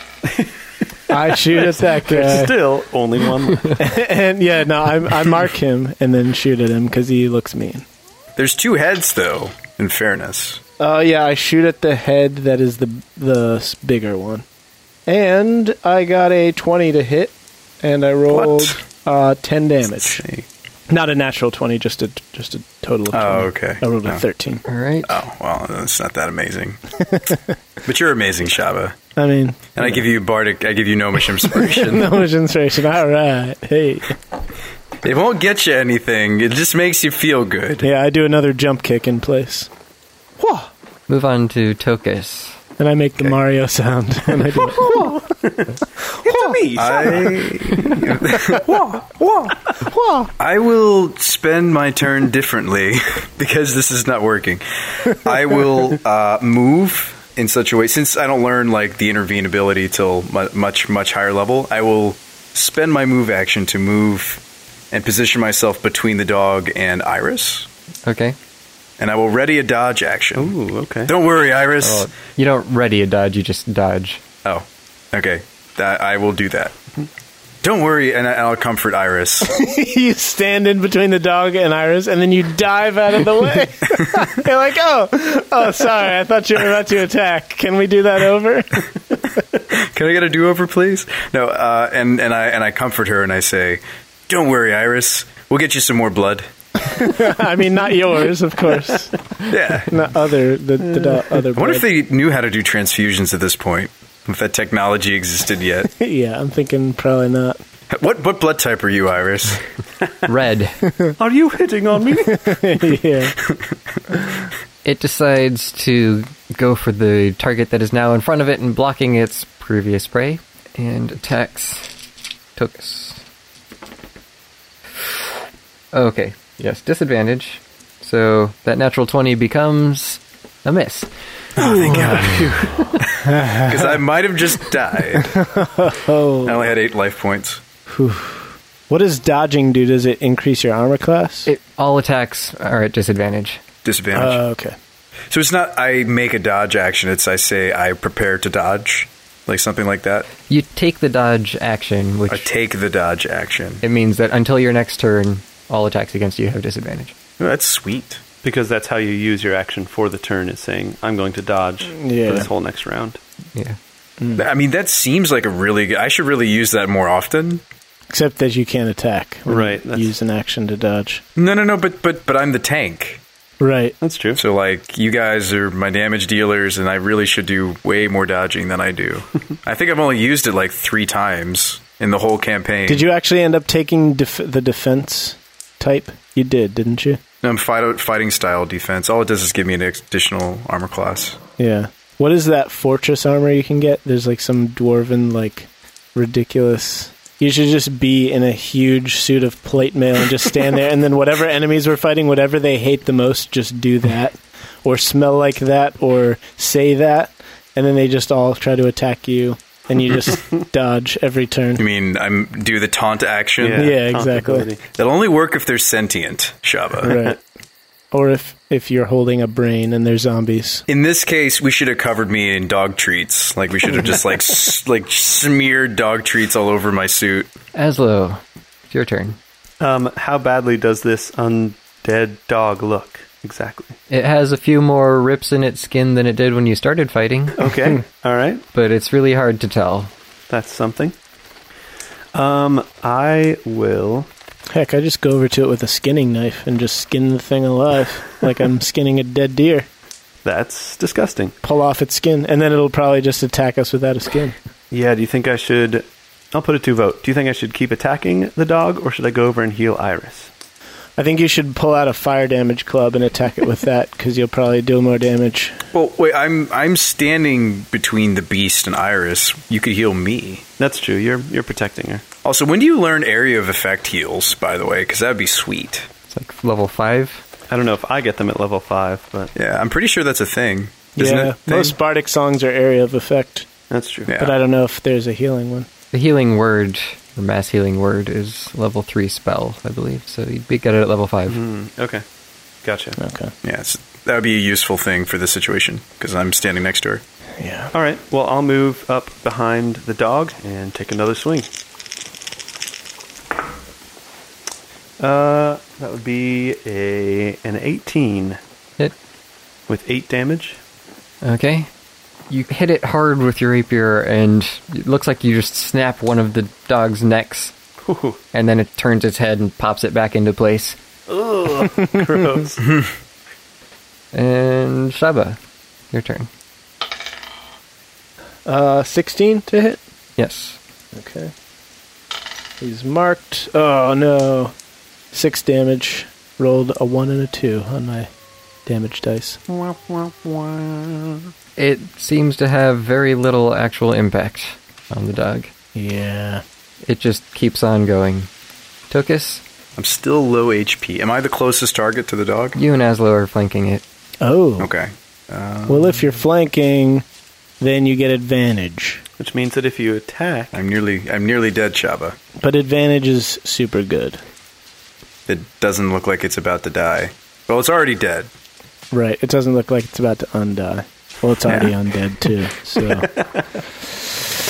S2: *laughs* I shoot at that
S5: There's
S2: guy,
S5: still only one left.
S2: *laughs* and yeah, no, I, I mark him and then shoot at him because he looks mean.
S6: There's two heads though. In fairness,
S2: Oh yeah, I shoot at the head that is the the s- bigger one, and I got a twenty to hit, and I rolled uh, ten damage. Not a natural twenty, just a just a total. of 20.
S6: Oh, okay.
S2: I rolled a
S6: Oh.
S2: thirteen.
S4: All right.
S6: Oh well, that's not that amazing. but you're amazing, Shaba.
S2: I mean,
S6: *laughs* And I give you bardic. I give you
S2: *laughs*
S6: gnomish inspiration.
S2: that was inspiration. All right, hey,
S6: It won't get you anything. It just makes you feel good.
S2: yeah, I do another jump kick in place, Whoa!
S4: Move on to Tokus.
S2: and I make the Mario sound, *laughs* and I do it.
S6: I, *laughs* I will spend my turn differently *laughs* because this is not working. I will uh, move in such a way since I don't learn like the intervene ability till mu- much much higher level. I will spend my move action to move and position myself between the dog and Iris,
S4: Okay.
S6: and I will ready a dodge action.
S2: *laughs*
S5: Ooh, okay.
S6: Don't worry, Iris.
S4: Well, you don't ready a dodge, you just *laughs* dodge.
S6: Oh, okay. That, I will do that. Don't worry, and I- I'll comfort Iris.
S2: *laughs* you stand in between the dog and Iris, and then you dive out of the way. *laughs* You're like, oh, oh, sorry, I thought you were about to attack. Can we do that over? *laughs*
S6: Can I get a do-over, please? No. Uh, and and I and I comfort her and I say, "Don't worry, Iris. We'll get you some more blood."
S2: I mean, not yours, of course. *laughs*
S6: Yeah.
S2: Not other the the do- other.
S6: I wonder if they knew how to do transfusions at this point. If that technology existed yet. *laughs*
S2: they? *laughs* Yeah, I'm thinking probably not. *laughs*
S6: what what blood type are you, Iris?
S4: Red.
S5: Are you hitting on me? *laughs*
S2: yeah,
S4: It decides to go for the target that is now in front of it and blocking its previous prey and attacks Tokus. Okay, yes, disadvantage. So that natural 20 becomes a miss.
S2: Oh,
S6: *laughs* Because I might have just died.
S2: *laughs* Oh.
S6: I only had eight life points.
S2: What does dodging do? Does it increase your armor class?
S4: It, all attacks are at disadvantage.
S6: Disadvantage.
S2: Uh, okay.
S6: so it's not I make a dodge action. It's I say I prepare to dodge, like something like that.
S4: You take the dodge action,
S6: I
S4: which
S6: take the dodge action.
S4: it means that until your next turn, all attacks against you have disadvantage.
S6: Oh, that's sweet.
S5: because that's how you use your action for the turn is saying I'm going to dodge
S2: Yeah.
S5: for this whole next round.
S4: Yeah.
S6: I mean, that seems like a really good. I should really use that more often.
S2: Except that you can't attack. when
S5: Right,
S2: you
S5: that's-
S2: Use an action to dodge.
S6: No, no, no. But but but I'm the tank.
S2: Right.
S5: That's true.
S6: So like you guys are my damage dealers, and I really should do way more dodging than
S2: *laughs*
S6: I do. I think I've only used it like three times in the whole campaign.
S2: Did you actually end up taking def- the defense type? You did, didn't you?
S6: I'm fight, fighting style defense. All it does is give me an additional armor class.
S2: Yeah. What is that fortress armor you can get? There's like some dwarven, like ridiculous. You should just be in a huge suit of plate mail and just stand there, and then whatever enemies we're fighting, whatever they hate the most, just do that, or smell like that, or say that, and then they just all try to attack you, and you just dodge every turn.
S6: I mean, I'm do the taunt action.
S2: Yeah, exactly.
S5: possibility.
S6: That'll only work if they're sentient, Shaba.
S2: Right. Or if if you're holding a brain and they're zombies.
S6: In this case, we should have covered me in dog treats. Like we should have just like *laughs* s- like smeared dog treats all over my suit.
S4: Aslo, it's your turn.
S5: Um, how badly does this undead dog look? Exactly.
S4: It has a few more rips in its skin than it did when you started fighting,
S2: *laughs*
S5: Okay. All right.
S4: but it's really hard to tell.
S5: That's something. Um, I will.
S2: Heck, I just go over to it with a skinning knife and just skin the thing alive like I'm skinning a dead deer.
S5: That's disgusting.
S2: Pull off its skin, and then it'll probably just attack us without a skin.
S5: Yeah. Do you think I should? I'll put it to vote. Do you think I should keep attacking the dog, or should I go over and heal Iris?
S2: I think you should pull out a fire damage club and attack it with that because you'll probably deal more damage.
S6: Well, wait, I'm I'm standing between the beast and Iris. You could heal me.
S5: That's true. You're you're protecting her.
S6: Also, when do you learn area of effect heals? By the way, because that'd be sweet.
S4: It's like level five.
S5: I don't know if I get them at level five, but
S6: Yeah, I'm pretty sure that's a thing. Isn't
S2: yeah,
S6: it a thing?
S2: most bardic songs are area of effect,
S5: that's true.
S6: Yeah.
S2: but I don't know if there's a healing one.
S4: The healing word, the mass healing word, is level three spell, I believe. So you'd be good at it at level five.
S5: Okay. Gotcha.
S2: Okay.
S6: Yeah, it's, that would be a useful thing for this situation because I'm standing next to her.
S2: Yeah.
S5: All right. Well, I'll move up behind the dog and take another swing. Uh, that would be a an 18
S4: Hit.
S5: with 8 damage.
S4: Okay. You hit it hard with your rapier, and it looks like you just snap one of the dog's necks,
S5: Ooh, *laughs*
S4: and then it turns its head and pops it back into place.
S6: *laughs*
S5: gross.
S4: And Shaba, your turn.
S2: Uh, 16 to hit?
S4: Yes.
S2: Okay. He's marked. Oh no. Six damage. Rolled a one and a two on my damage dice.
S4: It seems to have very little actual impact on the dog.
S2: Yeah.
S4: It just keeps on going. Tokus,
S6: I'm still low HP. Am I the closest target to the dog?
S4: you and Aslo are flanking it.
S2: Oh.
S6: Okay.
S2: Well, if you're flanking, then you get advantage.
S5: Which means that if you attack,
S6: I'm nearly I'm nearly dead, Shaba.
S2: But advantage is super good.
S6: It doesn't look like it's about to die. Well, it's already dead.
S2: Right. It doesn't look like it's about to undie. Well, it's already
S6: Yeah.
S2: undead too. *laughs* So.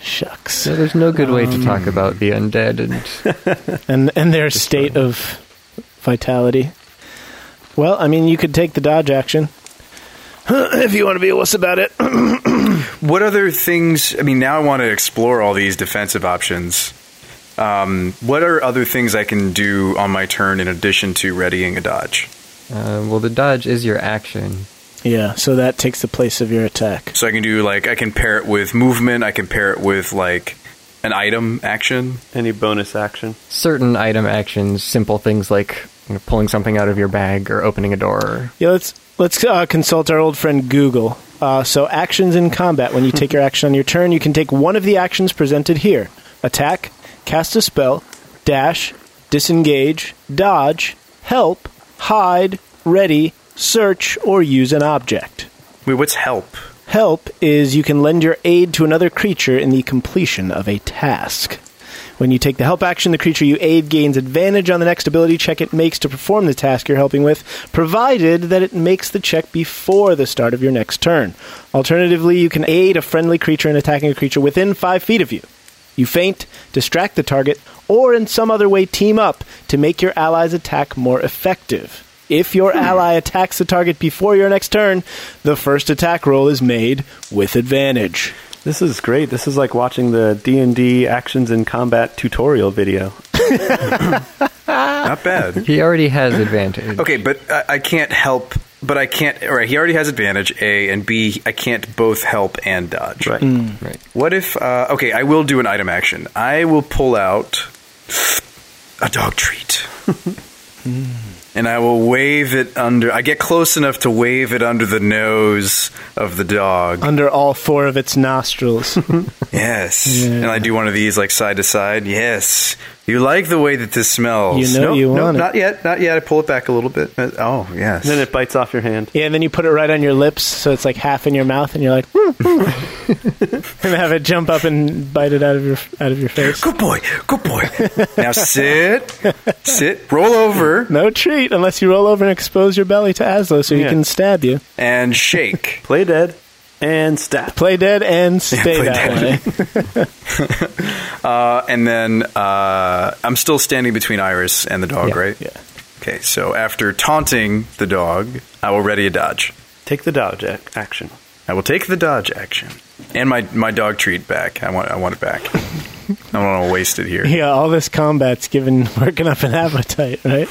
S2: Shucks.
S4: So there's no good way
S6: Um,
S4: to talk about the undead,
S6: *laughs*
S4: and
S2: and and their state of vitality. Well, I mean, you could take the dodge action *clears throat* if you want to be a wuss about it. *clears throat*
S6: What other things? I mean, now I want to explore all these defensive options. Um, what are other things I can do on my turn in addition to readying a dodge?
S4: uh, well, the dodge is your action.
S2: yeah, so that takes the place of your attack.
S6: So I can do like I can pair it with movement. I can pair it with like an item action.
S5: any bonus action.
S4: Certain item actions, simple things like you know, pulling something out of your bag or opening a door.
S2: Yeah, let's let's uh, consult our old friend Google. Uh, so actions in combat. When you take your action on your turn, you can take one of the actions presented here: attack, cast a spell, dash, disengage, dodge, help, hide, ready, search, or use an object.
S6: Wait, what's help?
S2: Help is you can lend your aid to another creature in the completion of a task. When you take the help action, the creature you aid gains advantage on the next ability check it makes to perform the task you're helping with, provided that it makes the check before the start of your next turn. Alternatively, you can aid a friendly creature in attacking a creature within five feet of you. You faint, distract the target, or in some other way team up to make your ally's attack more effective. If
S6: Hmm.
S2: your ally attacks the target before your next turn, the first attack roll is made with advantage.
S5: This is great. This is like watching the D and D actions in combat tutorial video.
S6: Not
S4: *laughs*
S6: bad.
S4: He already has advantage.
S6: Okay, but I, I can't help. But I can't. All right, he already has advantage A and B. I can't both help and dodge.
S5: Right.
S4: Right.
S6: What if? Uh, okay, I will do an item action. I will pull out a dog
S2: *laughs*
S6: treat, and I will wave it under. I get close enough to wave it under the nose of the dog.
S2: Under all four of its
S6: *laughs*
S2: nostrils.
S6: Yes,
S2: Yeah.
S6: and I do one of these like side to side. Yes, you like the way that this smells.
S2: You know
S6: no,
S2: you
S6: no,
S2: want it.
S6: not yet, not yet. I pull it back a little bit. Uh, Oh yes.
S5: Then it bites off your hand.
S2: yeah, and then you put it right on your lips, so it's like half in your mouth, and you're like, "Hmm,
S6: *laughs*
S2: hmm." and have it jump up and bite it out of your out of your face.
S6: Good boy,
S2: *laughs*
S6: good boy. now sit, sit, roll over,
S2: No treat unless you roll over and expose your belly to Aslo, so he
S5: Yeah.
S2: can stab you.
S6: and shake.
S5: Play dead and stab.
S2: Play dead and stay
S6: play
S2: that
S6: dead.
S2: way.
S6: Uh, and then uh, I'm still standing between Iris and the dog,
S2: Yeah,
S6: right?
S2: yeah.
S6: Okay, so after taunting the dog, I will ready a dodge.
S5: Take the dodge ac- action.
S6: I will take the dodge action and my, my dog treat back. I want I want it back. I don't want to waste it here.
S2: *laughs* Yeah, all this combat's given *laughs* working up an appetite, right?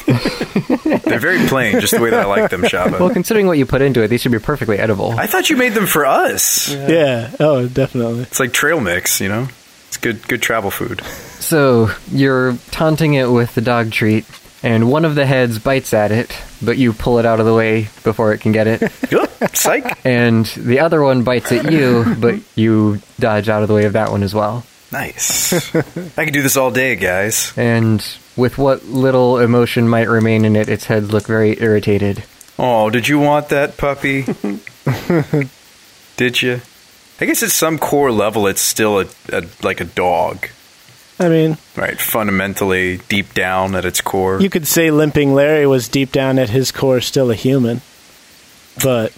S6: They're very plain, just the way that I like them, Shaba.
S4: Well, considering what you put into it, these should be perfectly edible.
S6: I thought you made them for us.
S2: yeah. Oh, definitely.
S6: It's like trail mix, you know. It's good good travel food.
S4: So you're taunting it with the dog treat, and one of the heads bites at it, but you pull it out of the way before it can
S6: *laughs*
S4: get it.
S6: Yup,
S2: *laughs*
S6: Psych.
S4: and the other one bites at you, but you dodge out of the way of that one as well.
S6: Nice. I could do this all day, guys.
S4: And with what little emotion might remain in it, its heads look very irritated.
S6: Oh, did you want that puppy? did you? I guess at some core level, it's still a, a like a dog,
S2: I mean,
S6: right? Fundamentally, deep down at its core.
S2: you could say limping Larry was deep down at his core still a human, but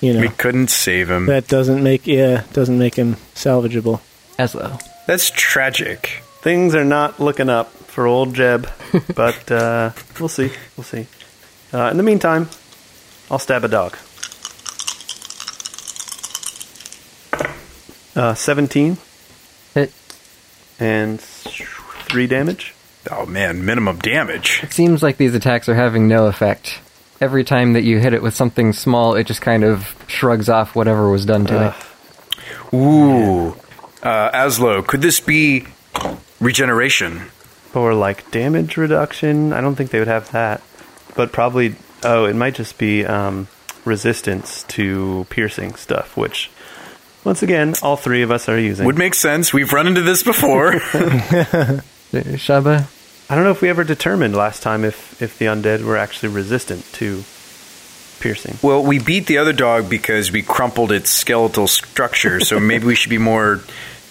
S2: you know
S6: we couldn't save him.
S2: that doesn't make yeah doesn't make him salvageable.
S4: Eslo.
S6: That's tragic.
S5: Things are not looking up for old Jeb, but uh, we'll see. We'll see. Uh, in the meantime, I'll stab a dog. Uh, 17
S4: It
S5: and 3 damage.
S6: Oh man, minimum damage.
S4: seems like these attacks are having no effect. Every time that you hit it with something small, it just kind of shrugs off whatever was done to it.
S6: Ooh, uh, Aslo, could this be regeneration?
S5: Or like damage reduction. I don't think they would have that. But probably, oh, it might just be um, resistance to piercing stuff, which, once again, all three of us are using.
S6: Would make sense. We've run into this before.
S4: Uh, Shaba,
S5: I don't know if we ever determined last time if, if the undead were actually resistant to piercing.
S6: Well, we beat the other dog because we crumpled its skeletal structure, so maybe we should be more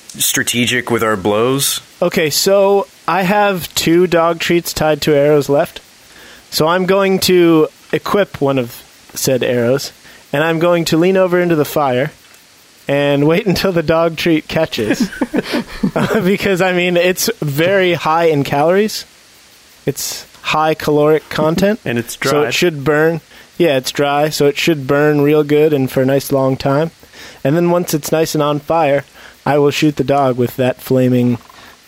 S6: strategic with our blows.
S2: Okay, so I have two dog treats tied to arrows left, so I'm going to equip one of said arrows, and I'm going to lean over into the fire. And wait *laughs* until the dog treat catches. *laughs* because, I mean, it's very high in calories. It's high caloric content.
S5: And it's
S2: So
S5: dry.
S2: it
S5: *laughs*
S2: should burn. Yeah, it's dry, so it should burn real good and for a nice long time. And then once it's nice and on fire, I will shoot the dog with that flaming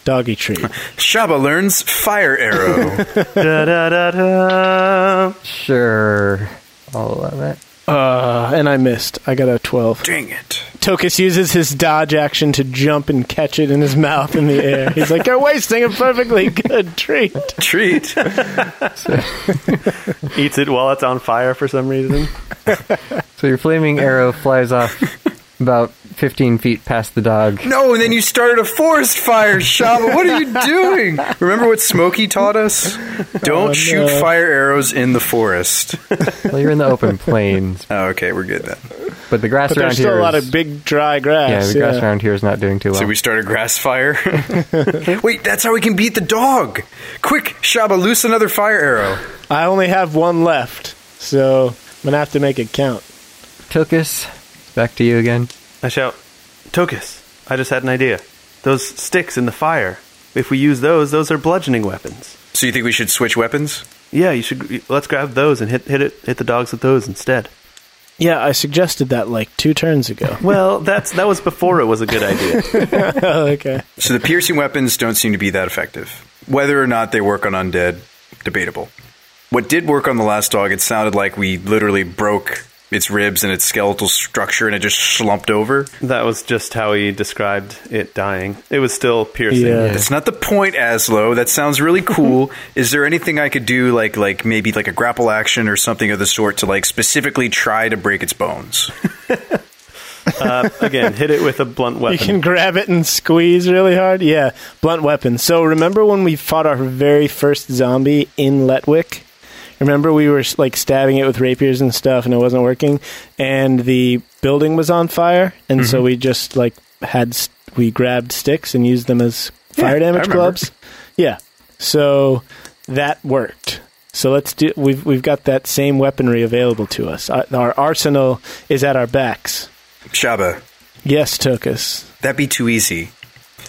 S2: doggy treat.
S6: Shaba learns fire
S2: *laughs*
S6: arrow.
S5: da, da, da, da.
S4: sure. I'll allow that.
S2: Uh, and I missed. I got a 12.
S6: Dang it.
S2: Tokus uses his dodge action to jump and catch it in his *laughs* mouth in the air. He's like, You're wasting a perfectly good treat.
S6: Treat.
S5: Eats it while it's on fire for some reason.
S4: So your flaming
S2: *laughs*
S4: arrow flies off about 15 feet past the dog.
S6: No, and then you started a forest fire, Shaba. What are you doing? Remember what Smokey taught us? Don't
S2: Oh,
S6: shoot
S2: no.
S6: fire arrows in the forest.
S4: Well, you're in
S2: *laughs*
S4: the open plains,
S6: Oh, okay, we're good then.
S4: but the grass
S2: But
S4: around
S2: there's
S4: here
S2: still a lot
S4: is-
S2: of big, dry
S4: yeah,
S2: grass.
S4: the grass around here is not doing too well.
S6: So we start a
S2: *laughs*
S6: grass fire. Wait, that's how we can beat the dog. Quick, Shaba, loose another fire arrow.
S2: I only have one left, so I'm going to have to make it count.
S4: Tokus, back to you again.
S5: I shout, Tokus, I just had an idea. Those sticks in the fire, if we use those, those are bludgeoning weapons.
S6: So you think we should switch weapons?
S5: Yeah, you should. Let's grab those and hit hit it hit the dogs with those instead.
S2: Yeah, I suggested that like two turns ago.
S5: Well, that's that was before it was a *laughs* good idea.
S2: *laughs* oh, okay.
S6: So the piercing weapons don't seem to be that effective. Whether or not they work on undead, debatable. What did work on the last dog, it sounded like we literally broke its ribs and its skeletal structure and it just slumped over.
S5: That was just how he described it dying. It was still piercing.
S2: Yeah.
S6: That's not the point, Aslo. That sounds really cool. Is there anything I could do, like like maybe like a grapple action or something of the sort, to like specifically try to break its bones? *laughs*
S5: Uh, again, hit it with a blunt weapon.
S2: You can grab it and squeeze really hard. Yeah, blunt weapon. So remember when we fought our very first zombie in Letwick? Remember we were like stabbing it with rapiers and stuff, and it wasn't working, and the building was on fire, and
S6: Mm-hmm.
S2: so we just like had st- we grabbed sticks and used them as fire
S6: I
S2: damage
S6: remember.
S2: clubs. Yeah, so that worked. So let's do. We've we've got that same weaponry available to us. Our, our arsenal is at our backs.
S6: Shaba,
S2: Yes, Tokus.
S6: that'd be too easy.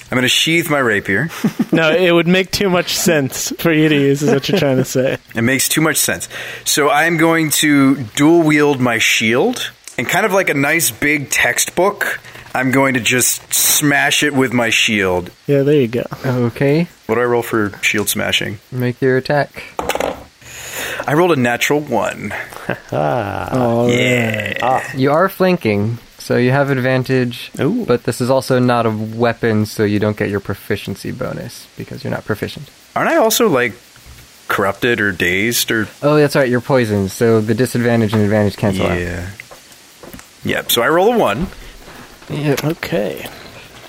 S6: I'm going to sheathe my rapier.
S2: No, it would make too much sense for you to use, is what you're trying to say.
S6: It makes too much sense. So I'm going to dual wield my shield and kind of like a nice big textbook. I'm going to just smash it with my shield.
S2: Yeah, there you go.
S4: Okay,
S6: What do I roll for shield smashing?
S4: make your attack.
S6: I rolled a natural one.
S2: All right.
S4: You are flanking, so you have advantage.
S5: Ooh.
S4: But this is also not a weapon, so you don't get your proficiency bonus because you're not proficient.
S6: Aren't I also like corrupted or dazed or
S4: Oh, that's right, you're poisoned, so the disadvantage and advantage cancel out.
S6: yeah? Yep. So I roll a one.
S2: Okay.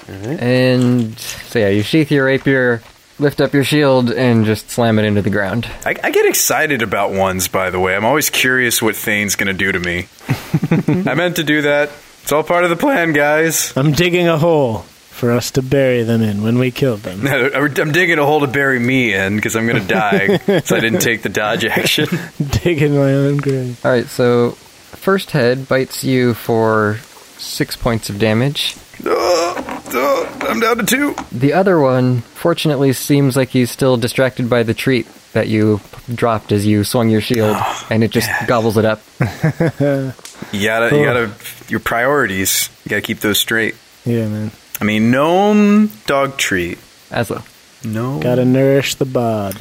S4: And so yeah, you sheath your rapier, lift up your shield, and just slam it into the ground.
S6: I, I get excited about ones, by the way. I'm always curious what Thane's going to do to me. *laughs* I meant to do that. It's all part of the plan, guys.
S2: I'm digging a hole for us to bury them in when we killed
S6: *laughs*
S2: them.
S6: I'm digging a hole to bury me in because I'm going to die because I didn't take the dodge *laughs* action.
S2: *laughs* digging my own grave.
S4: All right, so first head bites you for six points of damage.
S6: I'm down to two.
S4: The other one, fortunately, seems like he's still distracted by the treat that you dropped as you swung your shield, and it just gobbles it up.
S6: You gotta, you gotta, your priorities. You gotta keep those straight.
S2: Yeah, man.
S6: I mean, gnome dog treat.
S4: Aslo.
S6: No,
S2: Gotta nourish the bod.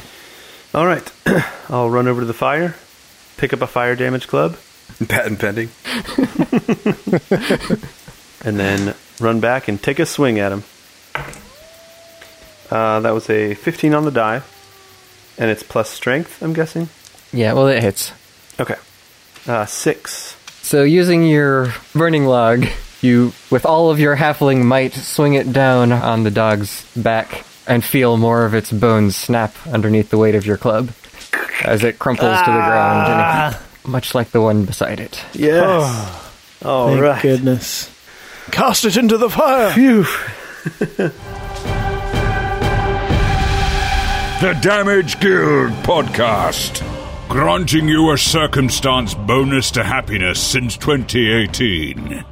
S5: All right, *clears throat* I'll run over to the fire, pick up a fire damage club,
S6: patent pending.
S5: and then run back and take a swing at him. Uh, that was a 15 on the die, and it's plus strength, I'm guessing.
S4: Yeah, well, it hits.
S5: Okay, uh, six.
S4: So, using your burning log, you, with all of your halfling might, swing it down on the dog's back and feel more of its bones snap underneath the weight of your club as it crumples to the ground, and much like the one beside it.
S5: Yes. All
S2: Oh, Thank
S5: right.
S2: goodness. Cast it into the fire!
S5: Phew.
S1: The Damage Guild Podcast. Granting you a circumstance bonus to happiness since 2018.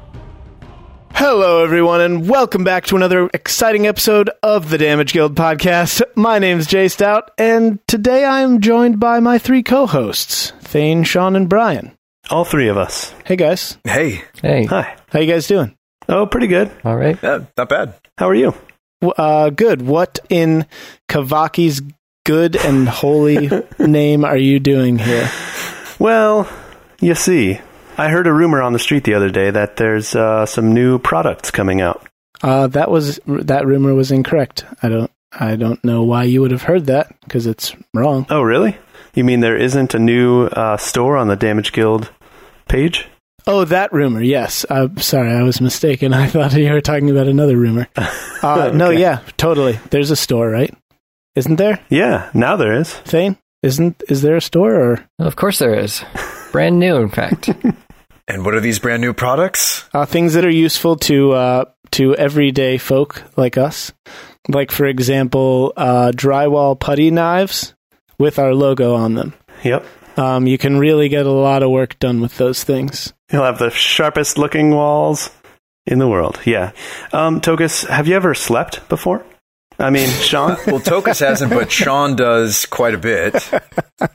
S2: Hello, everyone, and welcome back to another exciting episode of the Damage Guild podcast. My name's Jay Stout, and today I am joined by my three co hosts, Thane, Sean, and Brian.
S5: All three of us.
S2: Hey, guys.
S6: Hey,
S4: Hey.
S5: Hi.
S2: How you guys doing?
S5: Oh, pretty good.
S4: All right.
S6: yeah, not bad.
S5: How are you?
S2: W- Uh, good. What in Kavaki's good and holy name are you doing here?
S5: Well, you see, I heard a rumor on the street the other day that there's uh, some new products coming out.
S2: Uh, that was that rumor was incorrect. I don't I don't know why you would have heard that because it's wrong.
S5: Oh, really? You mean there isn't a new uh, store on the Damage Guild page?
S2: Oh, that rumor. Yes. Uh, sorry, I was mistaken. *laughs* I thought you were talking about another rumor. Uh, No,
S5: Okay.
S2: yeah, totally. There's a store, right? Isn't there,
S5: Yeah, now there is.
S2: Thane? Isn't is there a store or
S4: Of course there is. Brand new, in fact.
S6: And what are these brand new products?
S2: uh, things that are useful to uh, to everyday folk like us? Like for example, uh, drywall putty knives with our logo on them.
S5: Yep.
S2: Um, you can really get a lot of work done with those things.
S5: He'll have the sharpest looking walls in the world. Yeah. Um, Tokus, have you ever slept before? I mean, Sean,
S6: Well, Tokus hasn't, but Sean does quite a bit.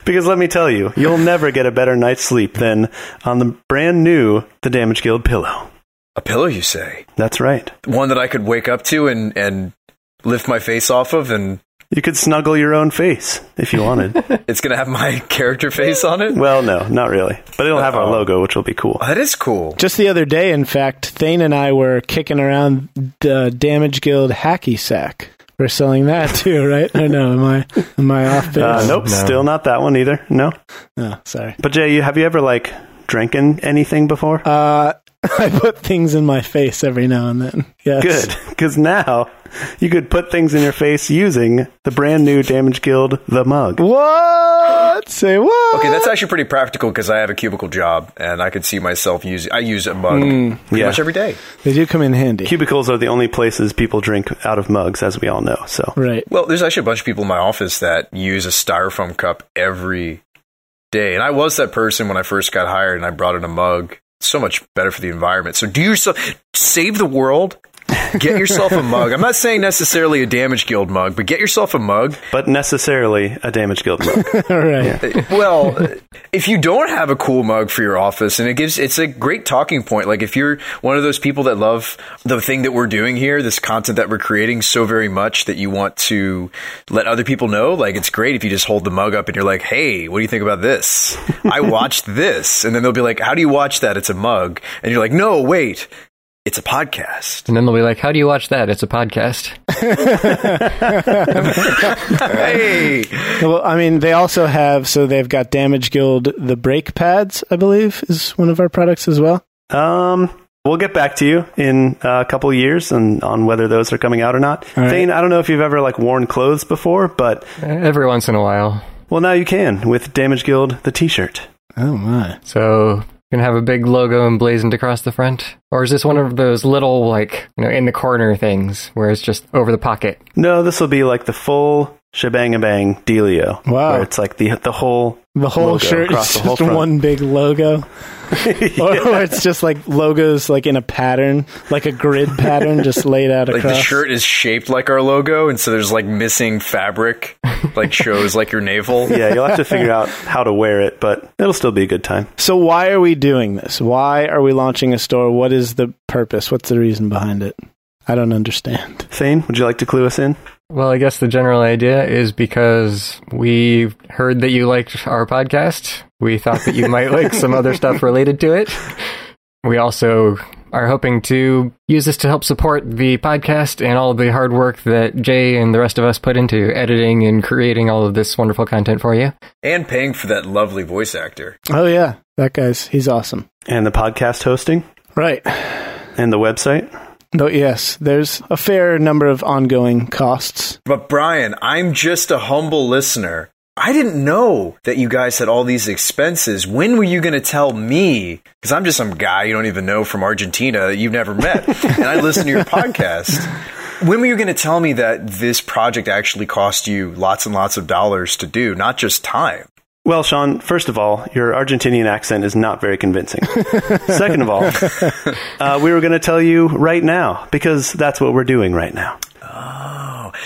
S5: because let me tell you, you'll never get a better night's sleep than on the brand new The Damage Guild pillow.
S6: A pillow, you say?
S5: That's right.
S6: One that I could wake up to and, and lift my face off of, and
S5: You could snuggle your own face if you wanted.
S6: it's going to have my *laughs* character face on it?
S5: well, no, not really. But it'll have our
S6: Uh-oh. Uh,
S5: logo, which will be cool.
S6: That is cool.
S2: Just the other day, in fact, Thane and I were kicking around the Damage Guild hacky sack. We're selling that *laughs* too, right? Or no, am I am I off base?
S5: Uh, nope,
S4: No.
S5: still not that one either. No.
S2: Oh, sorry. *laughs*
S5: But Jay, you, have you ever like drinking anything before?
S2: Uh, I put things in my face every now and then. Yes.
S5: Good, *laughs* because now you could put things in your face using the brand new Damage Guild the mug.
S2: What? Say what?
S6: Okay, that's actually pretty practical because I have a cubicle job and I could see myself using. I use a mug pretty
S5: yeah.
S6: much every day.
S2: they do come in handy.
S5: Cubicles are the only places people drink out of mugs, as we all know. So
S2: right. *laughs*
S6: Well, there's actually a bunch of people in my office that use a styrofoam cup every day. And I was that person when I first got hired and I brought in a mug. It's so much better for the environment. So do yourself, save the world. Get yourself a mug. I'm not saying necessarily a damage guild mug, but get yourself a mug.
S5: but necessarily a Damage Guild mug.
S2: All right.
S6: Well, if you don't have a cool mug for your office, and it gives, it's a great talking point. Like if you're one of those people that love the thing that we're doing here, this content that we're creating so very much that you want to let other people know, like it's great if you just hold the mug up and you're like, hey, what do you think about this? I watched *laughs* this. And then they'll be like, how do you watch that? It's a mug. And you're like, no, wait, it's a
S4: *laughs*
S6: podcast.
S4: And then they'll be like, "How do you watch that? It's a podcast." *laughs*
S6: hey.
S2: Well, I mean, they also have so they've got Damage Guild the brake pads. I believe is one of our products as well.
S5: Um, we'll get back to you in uh, a couple of years and on whether those are coming out or not.
S2: All right.
S5: Thane, I don't know if you've ever like worn clothes before, but
S4: Uh, Every once in a while,
S5: well, now you can with Damage Guild the T-shirt.
S2: Oh my!
S4: so you can have a big logo emblazoned across the front, or is this one of those little like you know in the corner things where it's just over the pocket?
S5: No, this will be like the full shebang a bang dealio.
S2: Wow.
S5: where it's like the the whole
S2: The whole
S5: Logo
S2: shirt is
S5: across the
S2: just
S5: whole front.
S2: one big *laughs* logo, or, or it's just like logos like in a pattern, like a grid *laughs* pattern, just laid out
S6: Like
S2: across.
S6: the shirt is shaped like our logo, and so there's like missing fabric, like shows like your navel.
S5: yeah. You'll have to
S2: *laughs*
S5: figure out how to wear it, but it'll still be a good time.
S2: So why are we doing this? Why are we launching a store? What is the purpose? What's the reason behind it? I don't understand.
S5: Thane, would you like to clue us in?
S4: Well, I guess the general idea is because we heard that you liked our podcast. We thought that *laughs* you might like some other stuff related to it. We also are hoping to use this to help support the podcast and all the hard work that Jay and the rest of us put into editing and creating all of this wonderful content for you.
S6: and paying for that lovely voice actor.
S2: Oh yeah, that guy's he's awesome.
S5: And the podcast hosting
S2: Right.
S5: and the website.
S2: Though yes, there's a fair number of ongoing
S5: *laughs*
S2: costs.
S6: But Brian, I'm just a humble listener. I didn't know that you guys had all these expenses. When were you going to tell me? Because I'm just some guy you don't even know from Argentina that you've never met, and I listen to your podcast. When were you going to tell me that this project actually cost you lots and lots of dollars to do, not just time?
S5: Well, Sean, first of all, your Argentinian accent is not very convincing. Second of all, uh, we were going to tell you right now because that's what we're doing right now.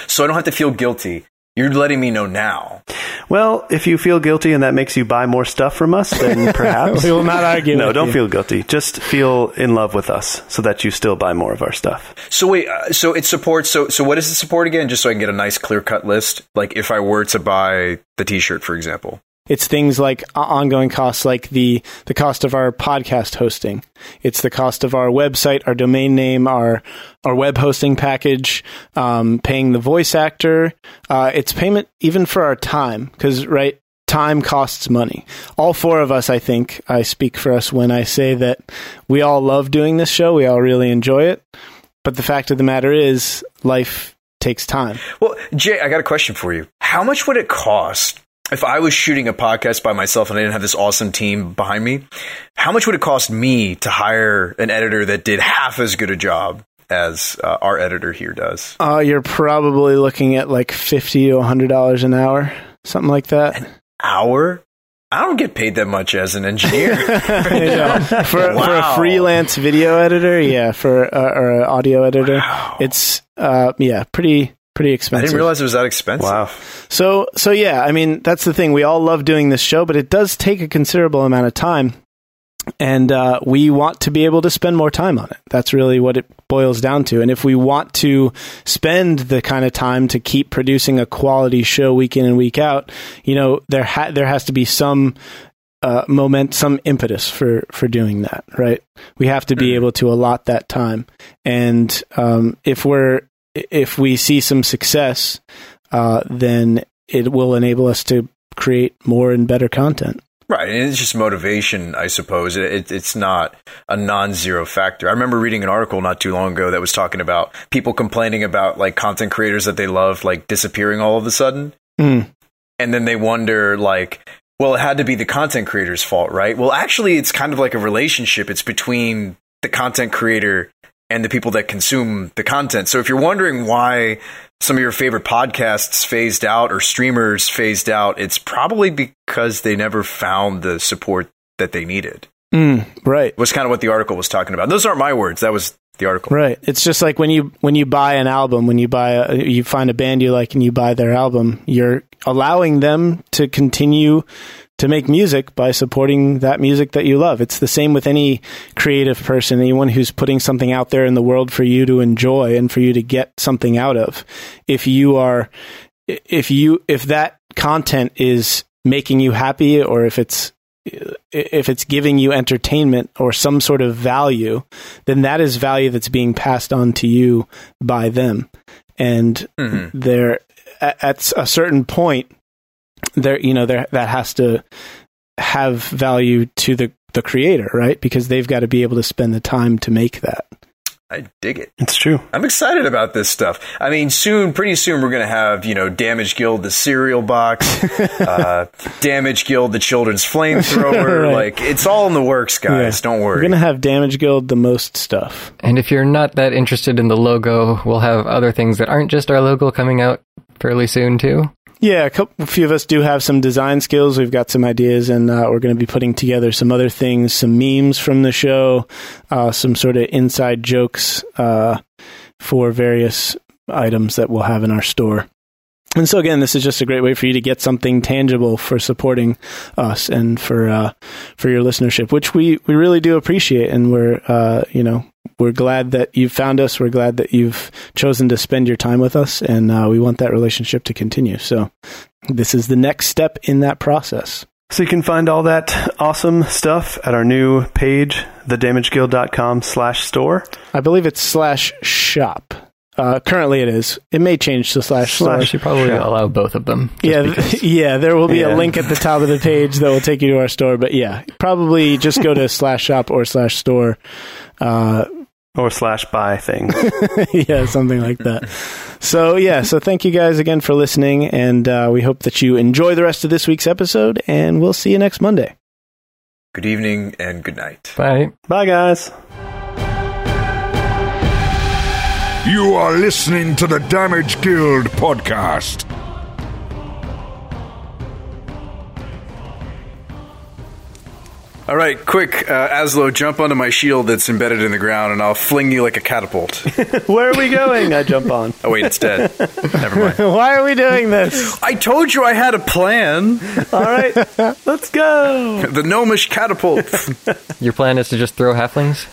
S6: So I don't have to feel guilty. You're letting me know now.
S5: Well, if you feel guilty and that makes you buy more stuff from us, then perhaps.
S2: We will not argue.
S5: no,
S2: with
S5: don't
S2: you.
S5: feel guilty. Just feel in love with us so that you still buy more of our stuff.
S6: So wait, uh, so it supports. So so what does it support again? Just so I can get a nice clear cut list. Like if I were to buy the T-shirt, for example.
S2: It's things like o- ongoing costs, like the the cost of our podcast hosting. It's the cost of our website, our domain name, our our web hosting package, um, paying the voice actor. Uh, it's payment even for our time, because right, time costs money. All four of us, I think, I speak for us when I say that we all love doing this show. We all really enjoy it. But the fact of the matter is, life takes time.
S6: Well, Jay, I got a question for you. How much would it cost if I was shooting a podcast by myself and I didn't have this awesome team behind me? How much would it cost me to hire an editor that did half as good a job as uh, our editor here does?
S2: Uh, you're probably looking at like fifty to hundred dollars an hour, something like that.
S6: *laughs* Hour? I don't get paid that much as an engineer.
S2: You know, *laughs* for, for a
S6: Wow.
S2: freelance video editor, yeah, for uh, or an audio editor, it's uh, yeah, pretty pretty
S6: I
S2: expensive.
S6: didn't realize it was that expensive.
S5: Wow.
S2: So, so yeah, I mean, that's the thing. We all love doing this show, but it does take a considerable amount of time. And uh, we want to be able to spend more time on it. That's really what it boils down to. And if we want to spend the kind of time to keep producing a quality show week in and week out, you know, there ha- there has to be some uh, moment, some impetus for for doing that, right? We have to be able to allot that time. And um, if we're if we see some success, uh, then it will enable us to create more and better content.
S6: Right, and it's just motivation, I suppose. It, it, it's not a non-zero factor. I remember reading an article not too long ago that was talking about people complaining about like content creators that they love like disappearing all of a sudden,
S2: Mm.
S6: and then they wonder like, well, it had to be the content creator's fault, right? Well, actually, it's kind of like a relationship. It's between the content creator and the people that consume the content. So if you're wondering why some of your favorite podcasts phased out or streamers phased out, it's probably because they never found the support that they needed.
S2: Mm, right.
S6: Was kind of what the article was talking about. Those aren't my words. That was the article.
S2: Right. It's just like when you when you buy an album, when you buy a, you find a band you like and you buy their album, you're allowing them to continue to make music by supporting that music that you love. It's the same with any creative person, anyone who's putting something out there in the world for you to enjoy and for you to get something out of. If you are if you if that content is making you happy or if it's if it's giving you entertainment or some sort of value, then that is value that's being passed on to you by them. And
S6: Mm-hmm.
S2: there, at, at a certain point, there, you know, there that has to have value to the the creator, right? Because they've got to be able to spend the time to make that.
S6: I dig it.
S5: It's true.
S6: I'm excited about this stuff. I mean, soon, pretty soon, we're going to have, you know, Damage Guild, the
S2: *laughs*
S6: cereal box, uh, Damage Guild, the children's
S2: *laughs*
S6: flamethrower.
S2: Right.
S6: Like, it's all in the works, guys. Don't
S2: We're
S6: worry.
S2: gonna have Damage Guild the most stuff.
S4: And if you're not that interested in the logo, we'll have other things that aren't just our logo coming out fairly soon too.
S2: Yeah, a, couple, a few of us do have some design skills. We've got some ideas, and uh, we're going to be putting together some other things, some memes from the show, uh, some sort of inside jokes uh, for various items that we'll have in our store. And so, again, this is just a great way for you to get something tangible for supporting us and for uh, for your listenership, which we, we really do appreciate, and we're uh, you know we're glad that you've found us. We're glad that you've chosen to spend your time with us, and uh, we want that relationship to continue. So, this is the next step in that process.
S5: So you can find all that awesome stuff at our new page, thedamageguild.com slash store.
S2: I believe it's slash shop. Uh, currently, it is. It may change to slash
S4: We
S2: slash.
S4: should probably allow both of them. just
S5: *laughs*
S2: Yeah,
S4: because-
S2: th- yeah. There will be a
S5: Yeah.
S2: link at the top of the page that will take you to our store. But yeah, probably just go
S5: *laughs*
S2: to slash shop or slash store. *laughs* Uh,
S5: Or slash buy thing.
S2: yeah, something like that. So, yeah, so thank you guys again for listening, and uh, we hope that you enjoy the rest of this week's episode, and we'll see you next Monday.
S6: Good evening and good night.
S4: Bye.
S5: Bye, guys.
S1: You are listening to the Damage Guild podcast.
S6: All right, quick, uh, Aslo, jump onto my shield that's embedded in the ground, and I'll fling you like a catapult.
S5: Where are we going? I jump on.
S6: Oh wait, it's dead. Never mind.
S2: *laughs* Why are we doing this?
S6: I told you I had a plan.
S5: All right, let's go.
S6: The
S2: *laughs*
S6: gnomish catapult.
S4: Your plan is to just throw halflings?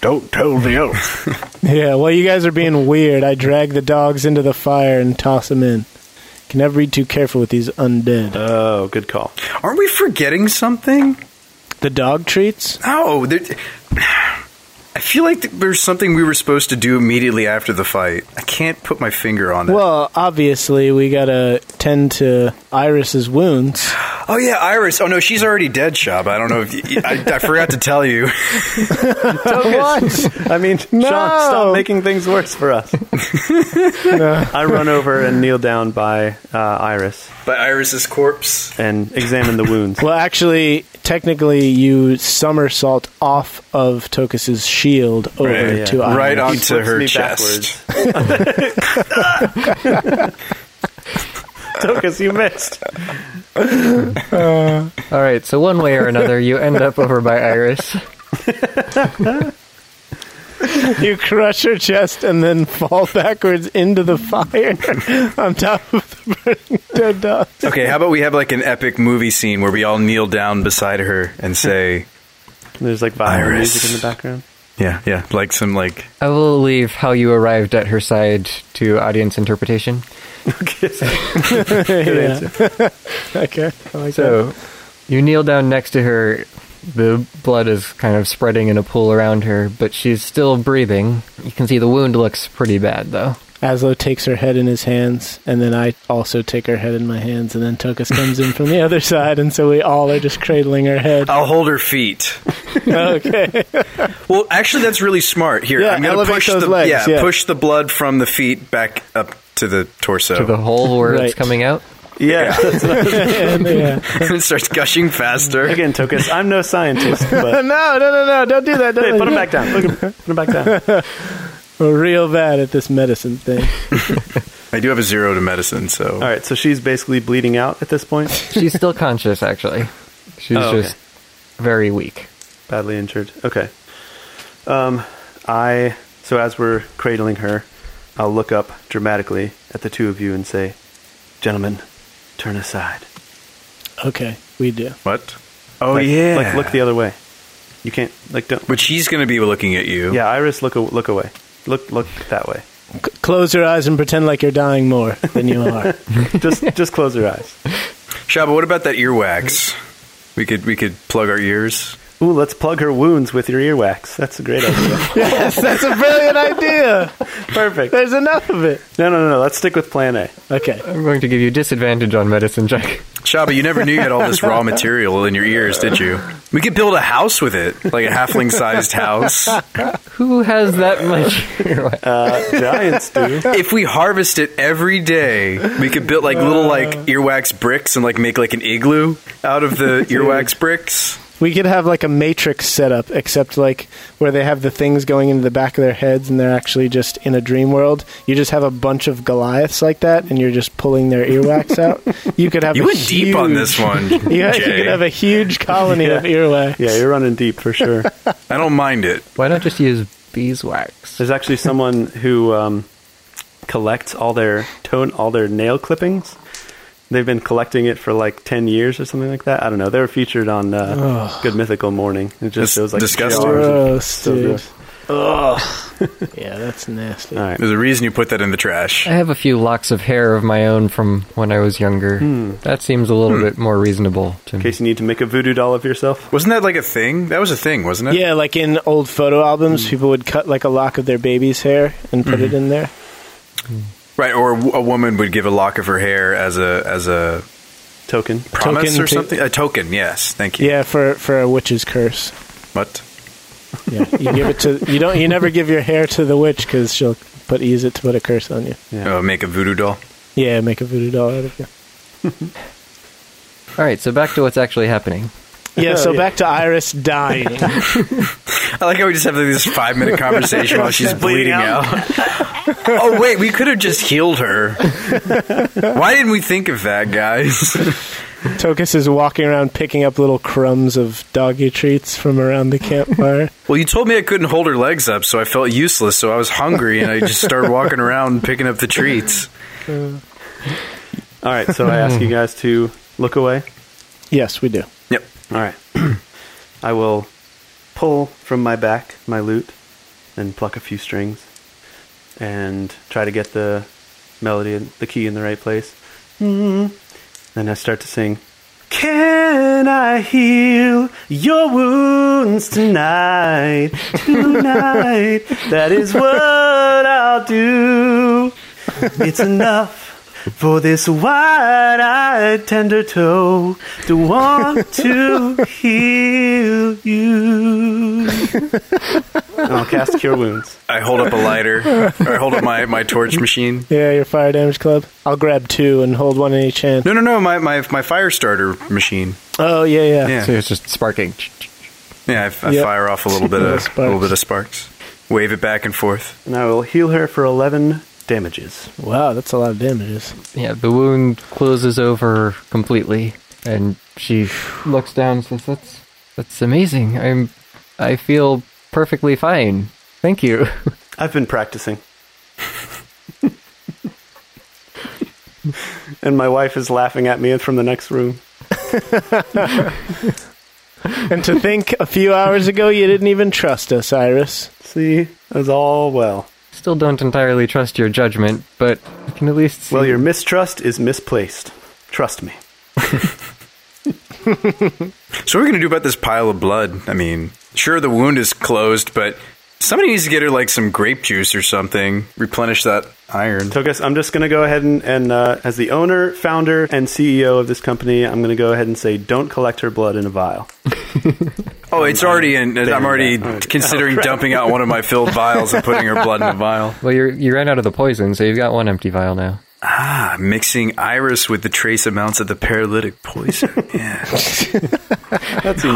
S5: Don't tell the oath.
S2: yeah, well, you guys are being weird. I drag the dogs into the fire and toss them in. Can never be too careful with these undead.
S5: Oh, good call.
S6: Aren't we forgetting something?
S2: The dog treats?
S6: No. Oh, There, I feel like th- there's something we were supposed to do immediately after the fight. I can't put my finger on it.
S2: Well, obviously, we gotta tend to Iris's wounds.
S6: oh yeah, Iris. Oh no, she's already dead, Shab. I don't know if y- y- I, I forgot to tell you.
S2: what?
S5: I mean,
S2: *laughs*
S5: Sean,
S2: No.
S5: stop making things worse
S2: *laughs*
S5: for us. I run over and kneel down by uh, Iris
S6: *laughs* But Iris's corpse.
S5: and examine the wounds.
S2: Well, actually, technically, you somersault off of Tokus's shield over
S5: Right, yeah.
S2: to Iris.
S6: Right on-
S5: Flips
S6: her
S5: me
S6: chest. *laughs*
S5: *laughs* backwards. Tokus, you missed.
S4: All right, so one way or another, you end up over by Iris.
S2: *laughs* you crush her chest and then fall backwards into the fire *laughs* on top of the *laughs* burning dead dog.
S6: Okay, how about we have like an epic movie scene where we all kneel down beside her and say,
S5: There's like violin
S6: Iris.
S5: music in the background.
S6: yeah, yeah, like some like
S4: I will leave how you arrived at her side to audience interpretation.
S2: Yeah. *laughs* okay, I like that.
S4: So you kneel down next to her. The blood is kind of spreading in a pool around her, but she's still breathing. You can see the wound looks pretty bad, though.
S2: Aslo takes her head in his hands, and then I also take her head in my hands, and then Tokus comes in *laughs* from the other side, and so we all are just cradling her head.
S6: I'll hold her feet.
S2: Oh. *laughs* okay.
S6: Well, actually, that's really smart. Here,
S2: Yeah,
S6: I'm going to
S2: elevate
S6: push
S2: those
S6: the
S2: legs,
S6: yeah,
S2: yeah.
S6: push the blood from the feet back up to the torso.
S4: To the hole *laughs* where
S2: Right.
S4: it's coming out.
S5: Yeah.
S6: *laughs*
S2: And, yeah.
S6: it starts gushing faster.
S5: Again, Tokus, I'm no scientist,
S2: No, *laughs*
S5: but
S2: no, no, no! Don't do *laughs* that. Don't
S5: Hey,
S2: do
S5: put him
S2: that.
S5: back down. Look at him. Put him back
S2: *laughs*
S5: down.
S2: We're real bad at this medicine *laughs* thing.
S6: I do have a zero to medicine, so
S5: All right, so she's basically bleeding out at this point,
S4: She's still conscious, actually. She's
S5: Oh, okay.
S4: just very weak.
S5: badly injured. Okay. Um, I so as we're cradling her, I'll look up dramatically at the two of you and say, "Gentlemen, turn aside."
S2: Okay, we do.
S6: what? Oh
S5: Like- Like look the other way. You can't like don't.
S6: but she's going to be looking at you.
S5: Yeah, Iris, look a- look away. Look look that way.
S2: C- close your eyes and pretend like you're dying more than you are.
S5: Just just close your eyes.
S6: Shaba, what about that earwax? We could we could plug our ears.
S5: Ooh, let's plug her wounds with your earwax. That's a great
S2: *laughs*
S5: idea.
S2: yes, that's a brilliant idea.
S5: Perfect.
S2: There's enough of it.
S5: No no no no. Let's stick with Plan A.
S2: Okay.
S4: I'm going to give you disadvantage on medicine check.
S6: Shaba, you never knew you had all this raw material in your ears, did you? We could build a house with it, like a halfling-sized house.
S4: Who has that *laughs* much?
S5: Uh, Giants do.
S6: If we harvest it every day, we could build like little like earwax bricks and like make like an igloo out of *laughs* the earwax bricks.
S2: We could have like a matrix setup, except like where they have the things going into the back of their heads and they're actually just in a dream world. You just have a bunch of Goliaths like that and you're just pulling their
S5: *laughs*
S2: earwax out. You could have
S6: You
S2: a
S6: went deep on
S2: huge-
S6: this
S2: *laughs*
S6: one.
S2: Yeah, you
S6: Jay.
S2: could have a huge colony of earwax.
S5: *laughs* Yeah, you're running deep for sure.
S6: I don't mind it.
S4: Why not just use beeswax?
S5: There's actually
S2: *laughs*
S5: someone who um, collects all their tone, all their nail clippings. They've been collecting it for like ten years or something like that. I don't know. They were featured on uh, Good Mythical Morning. It
S6: That's
S5: just it was like
S6: disgusting.
S5: jars of-
S2: Gross,
S5: so
S2: dude.
S5: gross.
S2: *laughs* yeah, that's nasty.
S5: All right.
S6: There's a reason you put that in the trash.
S4: I have a few locks of hair of my own from when I was younger. That seems a little bit more reasonable to
S5: In
S4: me.
S5: case you need to make a voodoo doll of yourself.
S6: Wasn't that like a thing? That was a thing, wasn't it?
S2: Yeah, like in old photo albums,
S5: Mm.
S2: people would cut like a lock of their baby's hair and put
S5: Mm-hmm.
S2: it in there.
S6: Right, or a, w- a woman would give a lock of her hair as a as a
S5: Token.
S6: promise
S2: Token
S6: or
S2: to-
S6: something. A token, yes. Thank you.
S2: Yeah, for for a witch's curse.
S6: What?
S2: Yeah, you give it to you don't you never give your hair to the witch because she'll put use it to put a curse on you.
S5: Yeah.
S6: Oh, make a voodoo doll.
S2: Yeah, make a voodoo doll out of you.
S4: All right, so back to what's actually happening.
S2: Yeah, so
S5: Yeah.
S2: back to Iris *laughs* dying.
S6: I like how we just have like, this five
S2: *laughs*
S6: minute conversation while she's bleeding out. *laughs* oh wait, we could have just healed her. Why didn't we think of
S2: *laughs*
S6: that, guys?
S2: Tokus is walking around picking up little crumbs of doggy treats from around the campfire.
S6: well, you told me I couldn't hold her legs up, so I felt useless. So I was hungry, and I just started walking around picking up the treats.
S5: All right. So I
S2: *laughs*
S5: ask you guys to look away.
S2: *laughs* yes, we do.
S6: Yep.
S5: All right. *clears throat* I will pull from my back my lute and pluck a few strings and try to get the melody and the key in the right place. Mm-hmm. Then I start to sing. Can I heal your wounds tonight? Tonight, that is what I'll do. It's enough for this wide eyed tender toe to want to heal you. And *laughs* I'll cast Cure Wounds.
S6: I hold up a lighter, or I hold up my, my torch machine.
S2: Yeah, your fire damage club. I'll grab two and hold one in each hand.
S6: No, no, no, my my my fire starter machine.
S2: Oh yeah, yeah.
S6: Yeah.
S4: So it's just sparking.
S6: Yeah, I, I
S2: Yep.
S6: fire off
S2: *laughs*
S6: a little bit
S2: Little
S6: of a little
S2: sparks.
S6: bit of sparks. Wave it back and forth.
S5: And I will heal her for 11 damages.
S2: Wow, that's a lot of damages.
S4: Yeah, the wound closes over completely, and she looks down and says, "That's that's amazing. I'm I feel perfectly fine." Thank you. *laughs*
S5: I've been practicing. *laughs* and my wife is laughing at me from the next room.
S2: And to think a few hours ago you didn't even trust us, Iris.
S5: See, it's all well.
S4: Still don't entirely trust your judgment, but I can at least see.
S5: Well, your mistrust is misplaced. Trust me.
S6: So what are we gonna do about this pile of blood? I mean, sure the wound is closed, but somebody needs to get her like some grape juice or something. Replenish that iron.
S5: So, guess I'm just going to go ahead and, and uh, as the owner, founder, and CEO of this company, I'm going to go ahead and say, don't collect her blood in a vial.
S6: Oh, it's already in.
S2: *laughs*
S6: I'm
S2: Oh,
S6: already considering dumping out one of my filled vials and putting her blood in a vial.
S4: Well, you're, you ran out of the poison, so you've got one empty vial now.
S6: Ah, mixing iris with the trace amounts of the paralytic poison. Yeah.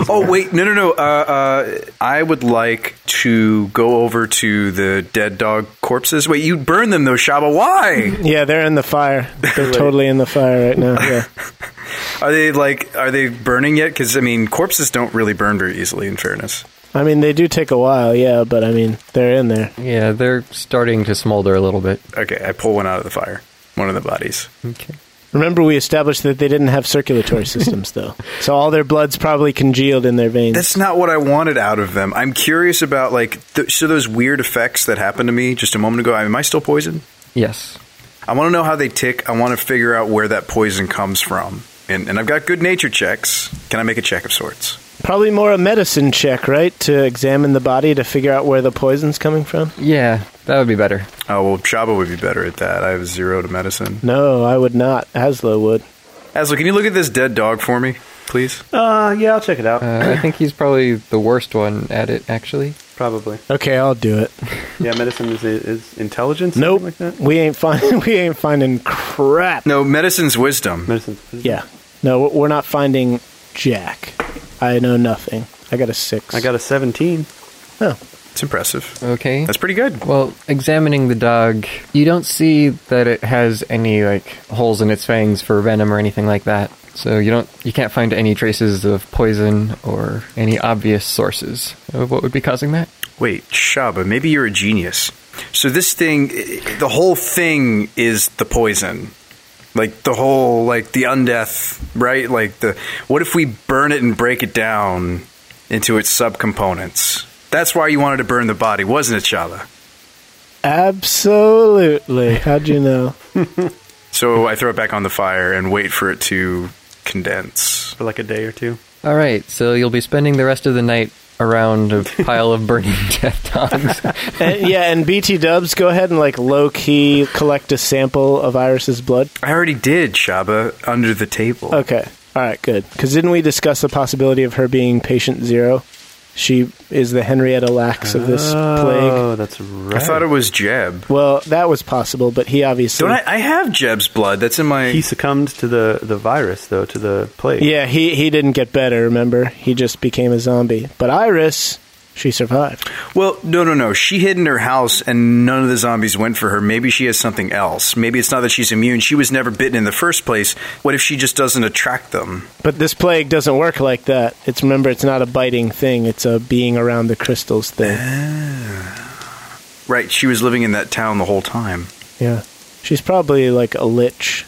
S6: oh wait, no, no, no. Uh, uh, I would like to go over to the dead dog corpses. Wait, you burn them though, Shaba.
S2: *laughs*
S6: Why
S2: Yeah, they're in the fire. *laughs* They're totally in the fire right now. Yeah.
S6: are they like? Are they burning yet? Because I mean, corpses don't really burn very easily. In fairness,
S2: I mean, they do take a while, yeah, but I mean, they're in there.
S4: Yeah, they're starting to smolder a little bit.
S6: okay. I pull one out of the fire. One of the bodies.
S4: Okay.
S2: Remember, we established that they didn't have
S5: *laughs*
S2: circulatory systems, though. So all their blood's probably congealed in their veins.
S6: That's not what I wanted out of them. I'm curious about like th- so those weird effects that happened to me just a moment ago. am I still poisoned?
S4: Yes.
S6: I want to know how they tick. I want to figure out where that poison comes from. And, and I've got good nature checks. Can I make a check of sorts?
S2: probably more a medicine check, right? To examine the body to figure out where the poison's coming from.
S4: Yeah, that would be better.
S6: Oh, well, Shaba would be better at that. I have zero to medicine.
S2: No, I would not. Aslo would.
S6: Asla, can you look at this dead dog for me, please?
S5: Uh, yeah, I'll check it out.
S4: Uh, I think he's probably the worst one at it, actually.
S5: Probably.
S2: Okay, I'll do it.
S5: Yeah, medicine is, is intelligence? something
S2: Nope,
S5: Like that?
S2: we ain't finding. *laughs* We ain't finding crap.
S6: No, medicine's wisdom.
S5: Medicine.
S2: Yeah, no, we're not finding Jack. I know nothing. I got a six.
S5: I got a 17.
S2: Oh,
S6: It's impressive.
S4: Okay.
S6: That's pretty good.
S4: Well, examining the dog, you don't see that it has any like holes in its fangs for venom or anything like that. So you don't you can't find any traces of poison or any obvious sources of what would be causing that.
S6: Wait, Shaba, maybe you're a genius. So this thing, i- the whole thing is the poison. Like the whole, like the undeath, right? Like the, what if we burn it and break it down into its subcomponents? That's why you wanted to burn the body, wasn't it, Shaba?
S2: absolutely. How'd you know?
S6: So I throw it back on the fire and wait for it to condense.
S5: For like a day or two.
S4: All right, so you'll be spending the rest of the night around a pile of burning *laughs* death dogs.
S2: and, yeah, and BT Dubs, go ahead and like low key collect a sample of Iris's blood.
S6: I already did, Shaba, under the table.
S2: Okay. All right, good. Because didn't we discuss the possibility of her being patient zero? She is the Henrietta Lacks of this plague.
S5: Oh, that's right.
S6: I thought it was Jeb.
S2: Well, that was possible, but he obviously.
S6: Don't I? I have Jeb's blood. That's in my.
S5: he succumbed to the, the virus, though, to the plague.
S2: yeah, he, he didn't get better, remember? He just became a zombie. But Iris, she survived.
S6: Well, no, no, no. She hid in her house, and none of the zombies went for her. Maybe she has something else. Maybe it's not that she's immune. She was never bitten in the first place. What if she just doesn't attract them?
S2: But this plague doesn't work like that. It's remember, it's not a biting thing, it's a being around the crystals thing.
S6: Right? She was living in that town the whole time.
S2: Yeah. She's probably like a lich,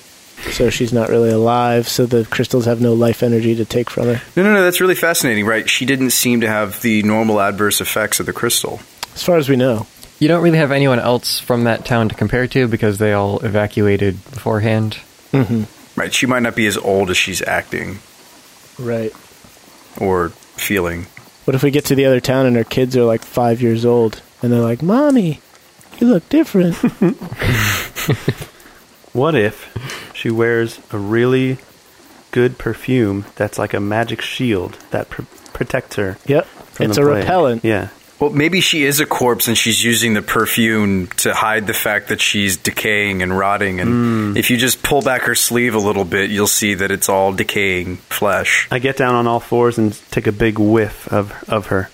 S2: so she's not really alive, so the crystals have no life energy to take from her.
S6: No, no, no. That's really fascinating. Right? She didn't seem to have the normal adverse effects of the crystal.
S2: As far as we know.
S4: you don't really have anyone else from that town to compare to because they all evacuated beforehand.
S5: Mm-hmm.
S6: Right? She might not be as old as she's acting
S2: Right.
S6: or feeling.
S2: What if we get to the other town and our kids are like five years old and they're like, Mommy, you look
S5: *laughs*
S2: different.
S5: What if she wears a really good perfume that's like a magic shield that pr- protects her?
S2: yep.
S5: from
S2: It's
S5: the
S2: a
S5: plague?
S2: repellent.
S5: Yeah.
S6: Well, maybe she is a corpse and she's using the perfume to hide the fact that she's decaying and rotting. And if you just pull back her sleeve a little bit, you'll see that it's all decaying flesh.
S5: I get down on all fours and take a big whiff of of her.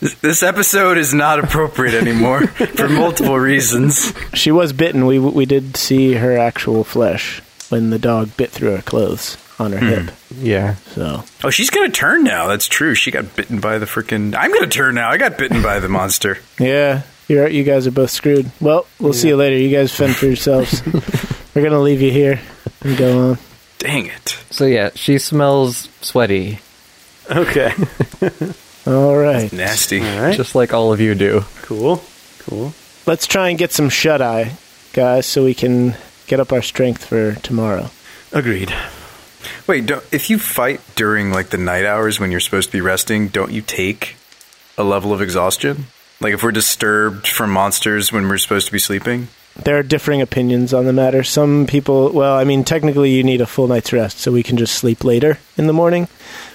S6: This- This episode is not appropriate anymore for multiple reasons.
S2: She was bitten. We, we did see her actual flesh when the dog bit through her clothes. on her hip.
S5: Mm-hmm.
S4: Yeah.
S2: So
S6: Oh, she's gonna turn now. That's true. She got bitten by the freaking. I'm gonna turn now. I got bitten by the monster.
S2: yeah, you're you guys are both screwed. Well, we'll see you later. You guys fend for
S5: *laughs*
S2: yourselves. We're gonna leave you here and go on.
S6: Dang it!
S4: So yeah, she smells sweaty,
S5: Okay.
S2: All right,
S6: Nasty.
S5: All right.
S4: just like all of you do.
S5: *laughs* cool. Cool.
S2: let's try and get some shut eye, guys, so we can get up our strength for tomorrow.
S5: Agreed.
S6: Wait, don't, if you fight during like the night hours when you're supposed to be resting, don't you take a level of exhaustion? Like if we're disturbed from monsters when we're supposed to be sleeping?
S2: There are differing opinions on the matter. Some people, well, I mean, technically you need a full night's rest, so we can just sleep later in the morning.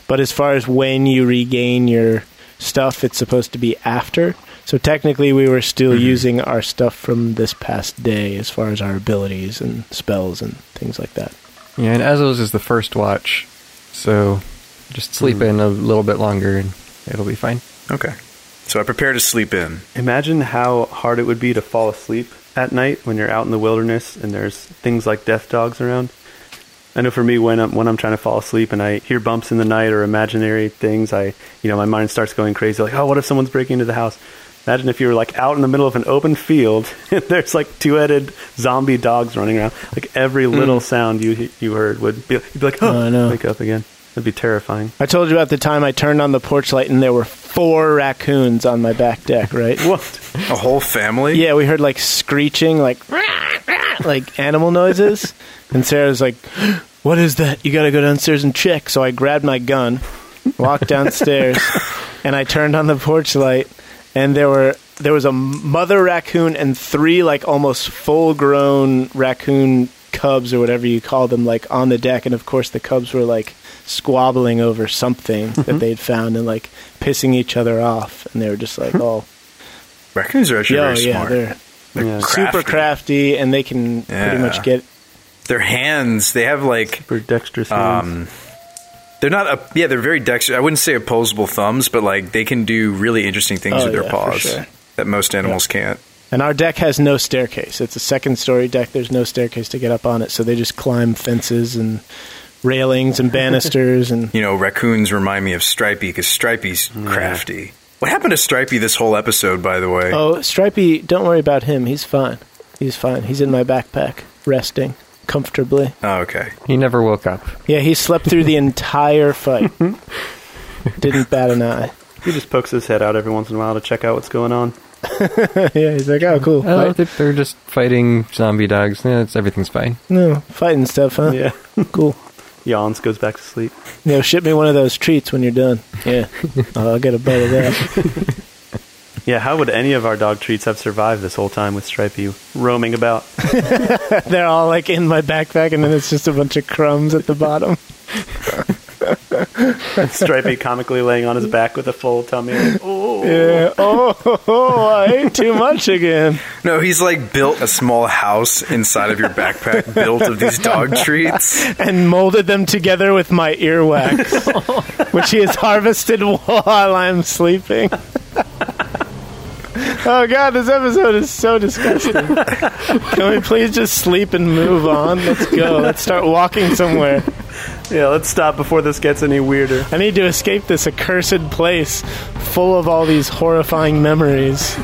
S2: But as far as when you regain your stuff, it's supposed to be after. So technically, we were still using our stuff from this past day as far as our abilities and spells and things like that.
S4: Yeah, and Azos is the first watch, so just sleep in a little bit longer and it'll be fine.
S6: Okay. So I prepare to sleep in.
S5: Imagine how hard it would be to fall asleep at night when you're out in the wilderness and there's things like death dogs around. I know for me, when I'm when I'm trying to fall asleep and I hear bumps in the night or imaginary things, I you know my mind starts going crazy. Like, oh, what if someone's breaking into the house? Imagine if you were like out in the middle of an open field *laughs* and there's like two-headed zombie dogs running around. Like every little sound you you heard would be you'd be like, oh,
S2: Hmm. I know.
S5: wake up again. That'd be terrifying.
S2: I told you about the time I turned on the porch light and there were four raccoons on my back deck, right?
S5: What?
S6: A whole family?
S2: Yeah, we heard like screeching, like *laughs* like animal noises, and Sarah was like, "What is that? You gotta go downstairs and check." So I grabbed my gun, walked
S6: *laughs*
S2: downstairs, and I turned on the porch light, and there were there was a mother raccoon and three like almost full grown raccoon cubs or whatever you call them like on the deck, and of course the cubs were like squabbling over something
S6: Mm-hmm.
S2: that they'd found and like pissing each other off, and they were just like, "Oh."
S6: Raccoons are actually
S2: Yeah,
S6: very
S2: yeah,
S6: smart.
S2: they're
S5: Yeah.
S2: super crafty, and they can pretty
S6: Yeah.
S2: much get.
S6: Their hands, they have like
S5: For dexterous
S6: um
S5: hands.
S6: they're not a, yeah, they're very dexterous. I wouldn't say opposable thumbs, but like they can do really interesting things
S2: Oh,
S6: with their
S2: yeah, for
S6: paws
S2: sure.
S6: that most animals can't.
S2: And our deck has no staircase. It's a second story deck. There's no staircase to get up on it, so they just climb fences and railings *laughs* and banisters and
S6: you know, raccoons remind me of Stripey because Stripey's crafty. What happened to Stripey this whole episode, by the way?
S2: Oh, Stripey, don't worry about him. He's fine. He's fine. He's in my backpack, resting comfortably.
S6: Oh, okay.
S4: He never woke up.
S2: Yeah, he slept *laughs* through the entire fight. Didn't bat an eye.
S5: He just pokes his head out every once in a while to check out what's going on.
S2: *laughs* yeah, he's like, oh, cool.
S4: Oh,
S2: Fight.
S4: they're, they're just fighting zombie dogs. Yeah, it's, everything's fine.
S2: No, fighting stuff, huh?
S5: Yeah.
S2: *laughs* Cool.
S5: Yawns, goes back to sleep.
S2: You know, ship me one of those treats when you're done. *laughs* Yeah. oh, I'll get a bite of that.
S5: Yeah, how would any of our dog treats have survived this whole time with Stripey roaming about? *laughs*
S2: They're all like in my backpack, and then it's just a bunch of crumbs at the bottom.
S5: Stripey comically laying on his back with a full tummy. like, oh,
S2: Yeah. Oh, *laughs* ho, ho, I ate too much again.
S6: No, he's like built a small house inside of your backpack built of these dog treats.
S2: And molded them together with my earwax, which he has harvested while I'm sleeping. Oh god, this episode is so disgusting. Can we please just sleep and move on? Let's go. Let's start walking somewhere.
S5: yeah, let's stop before this gets any weirder.
S2: I need to escape this accursed place full of all these horrifying memories.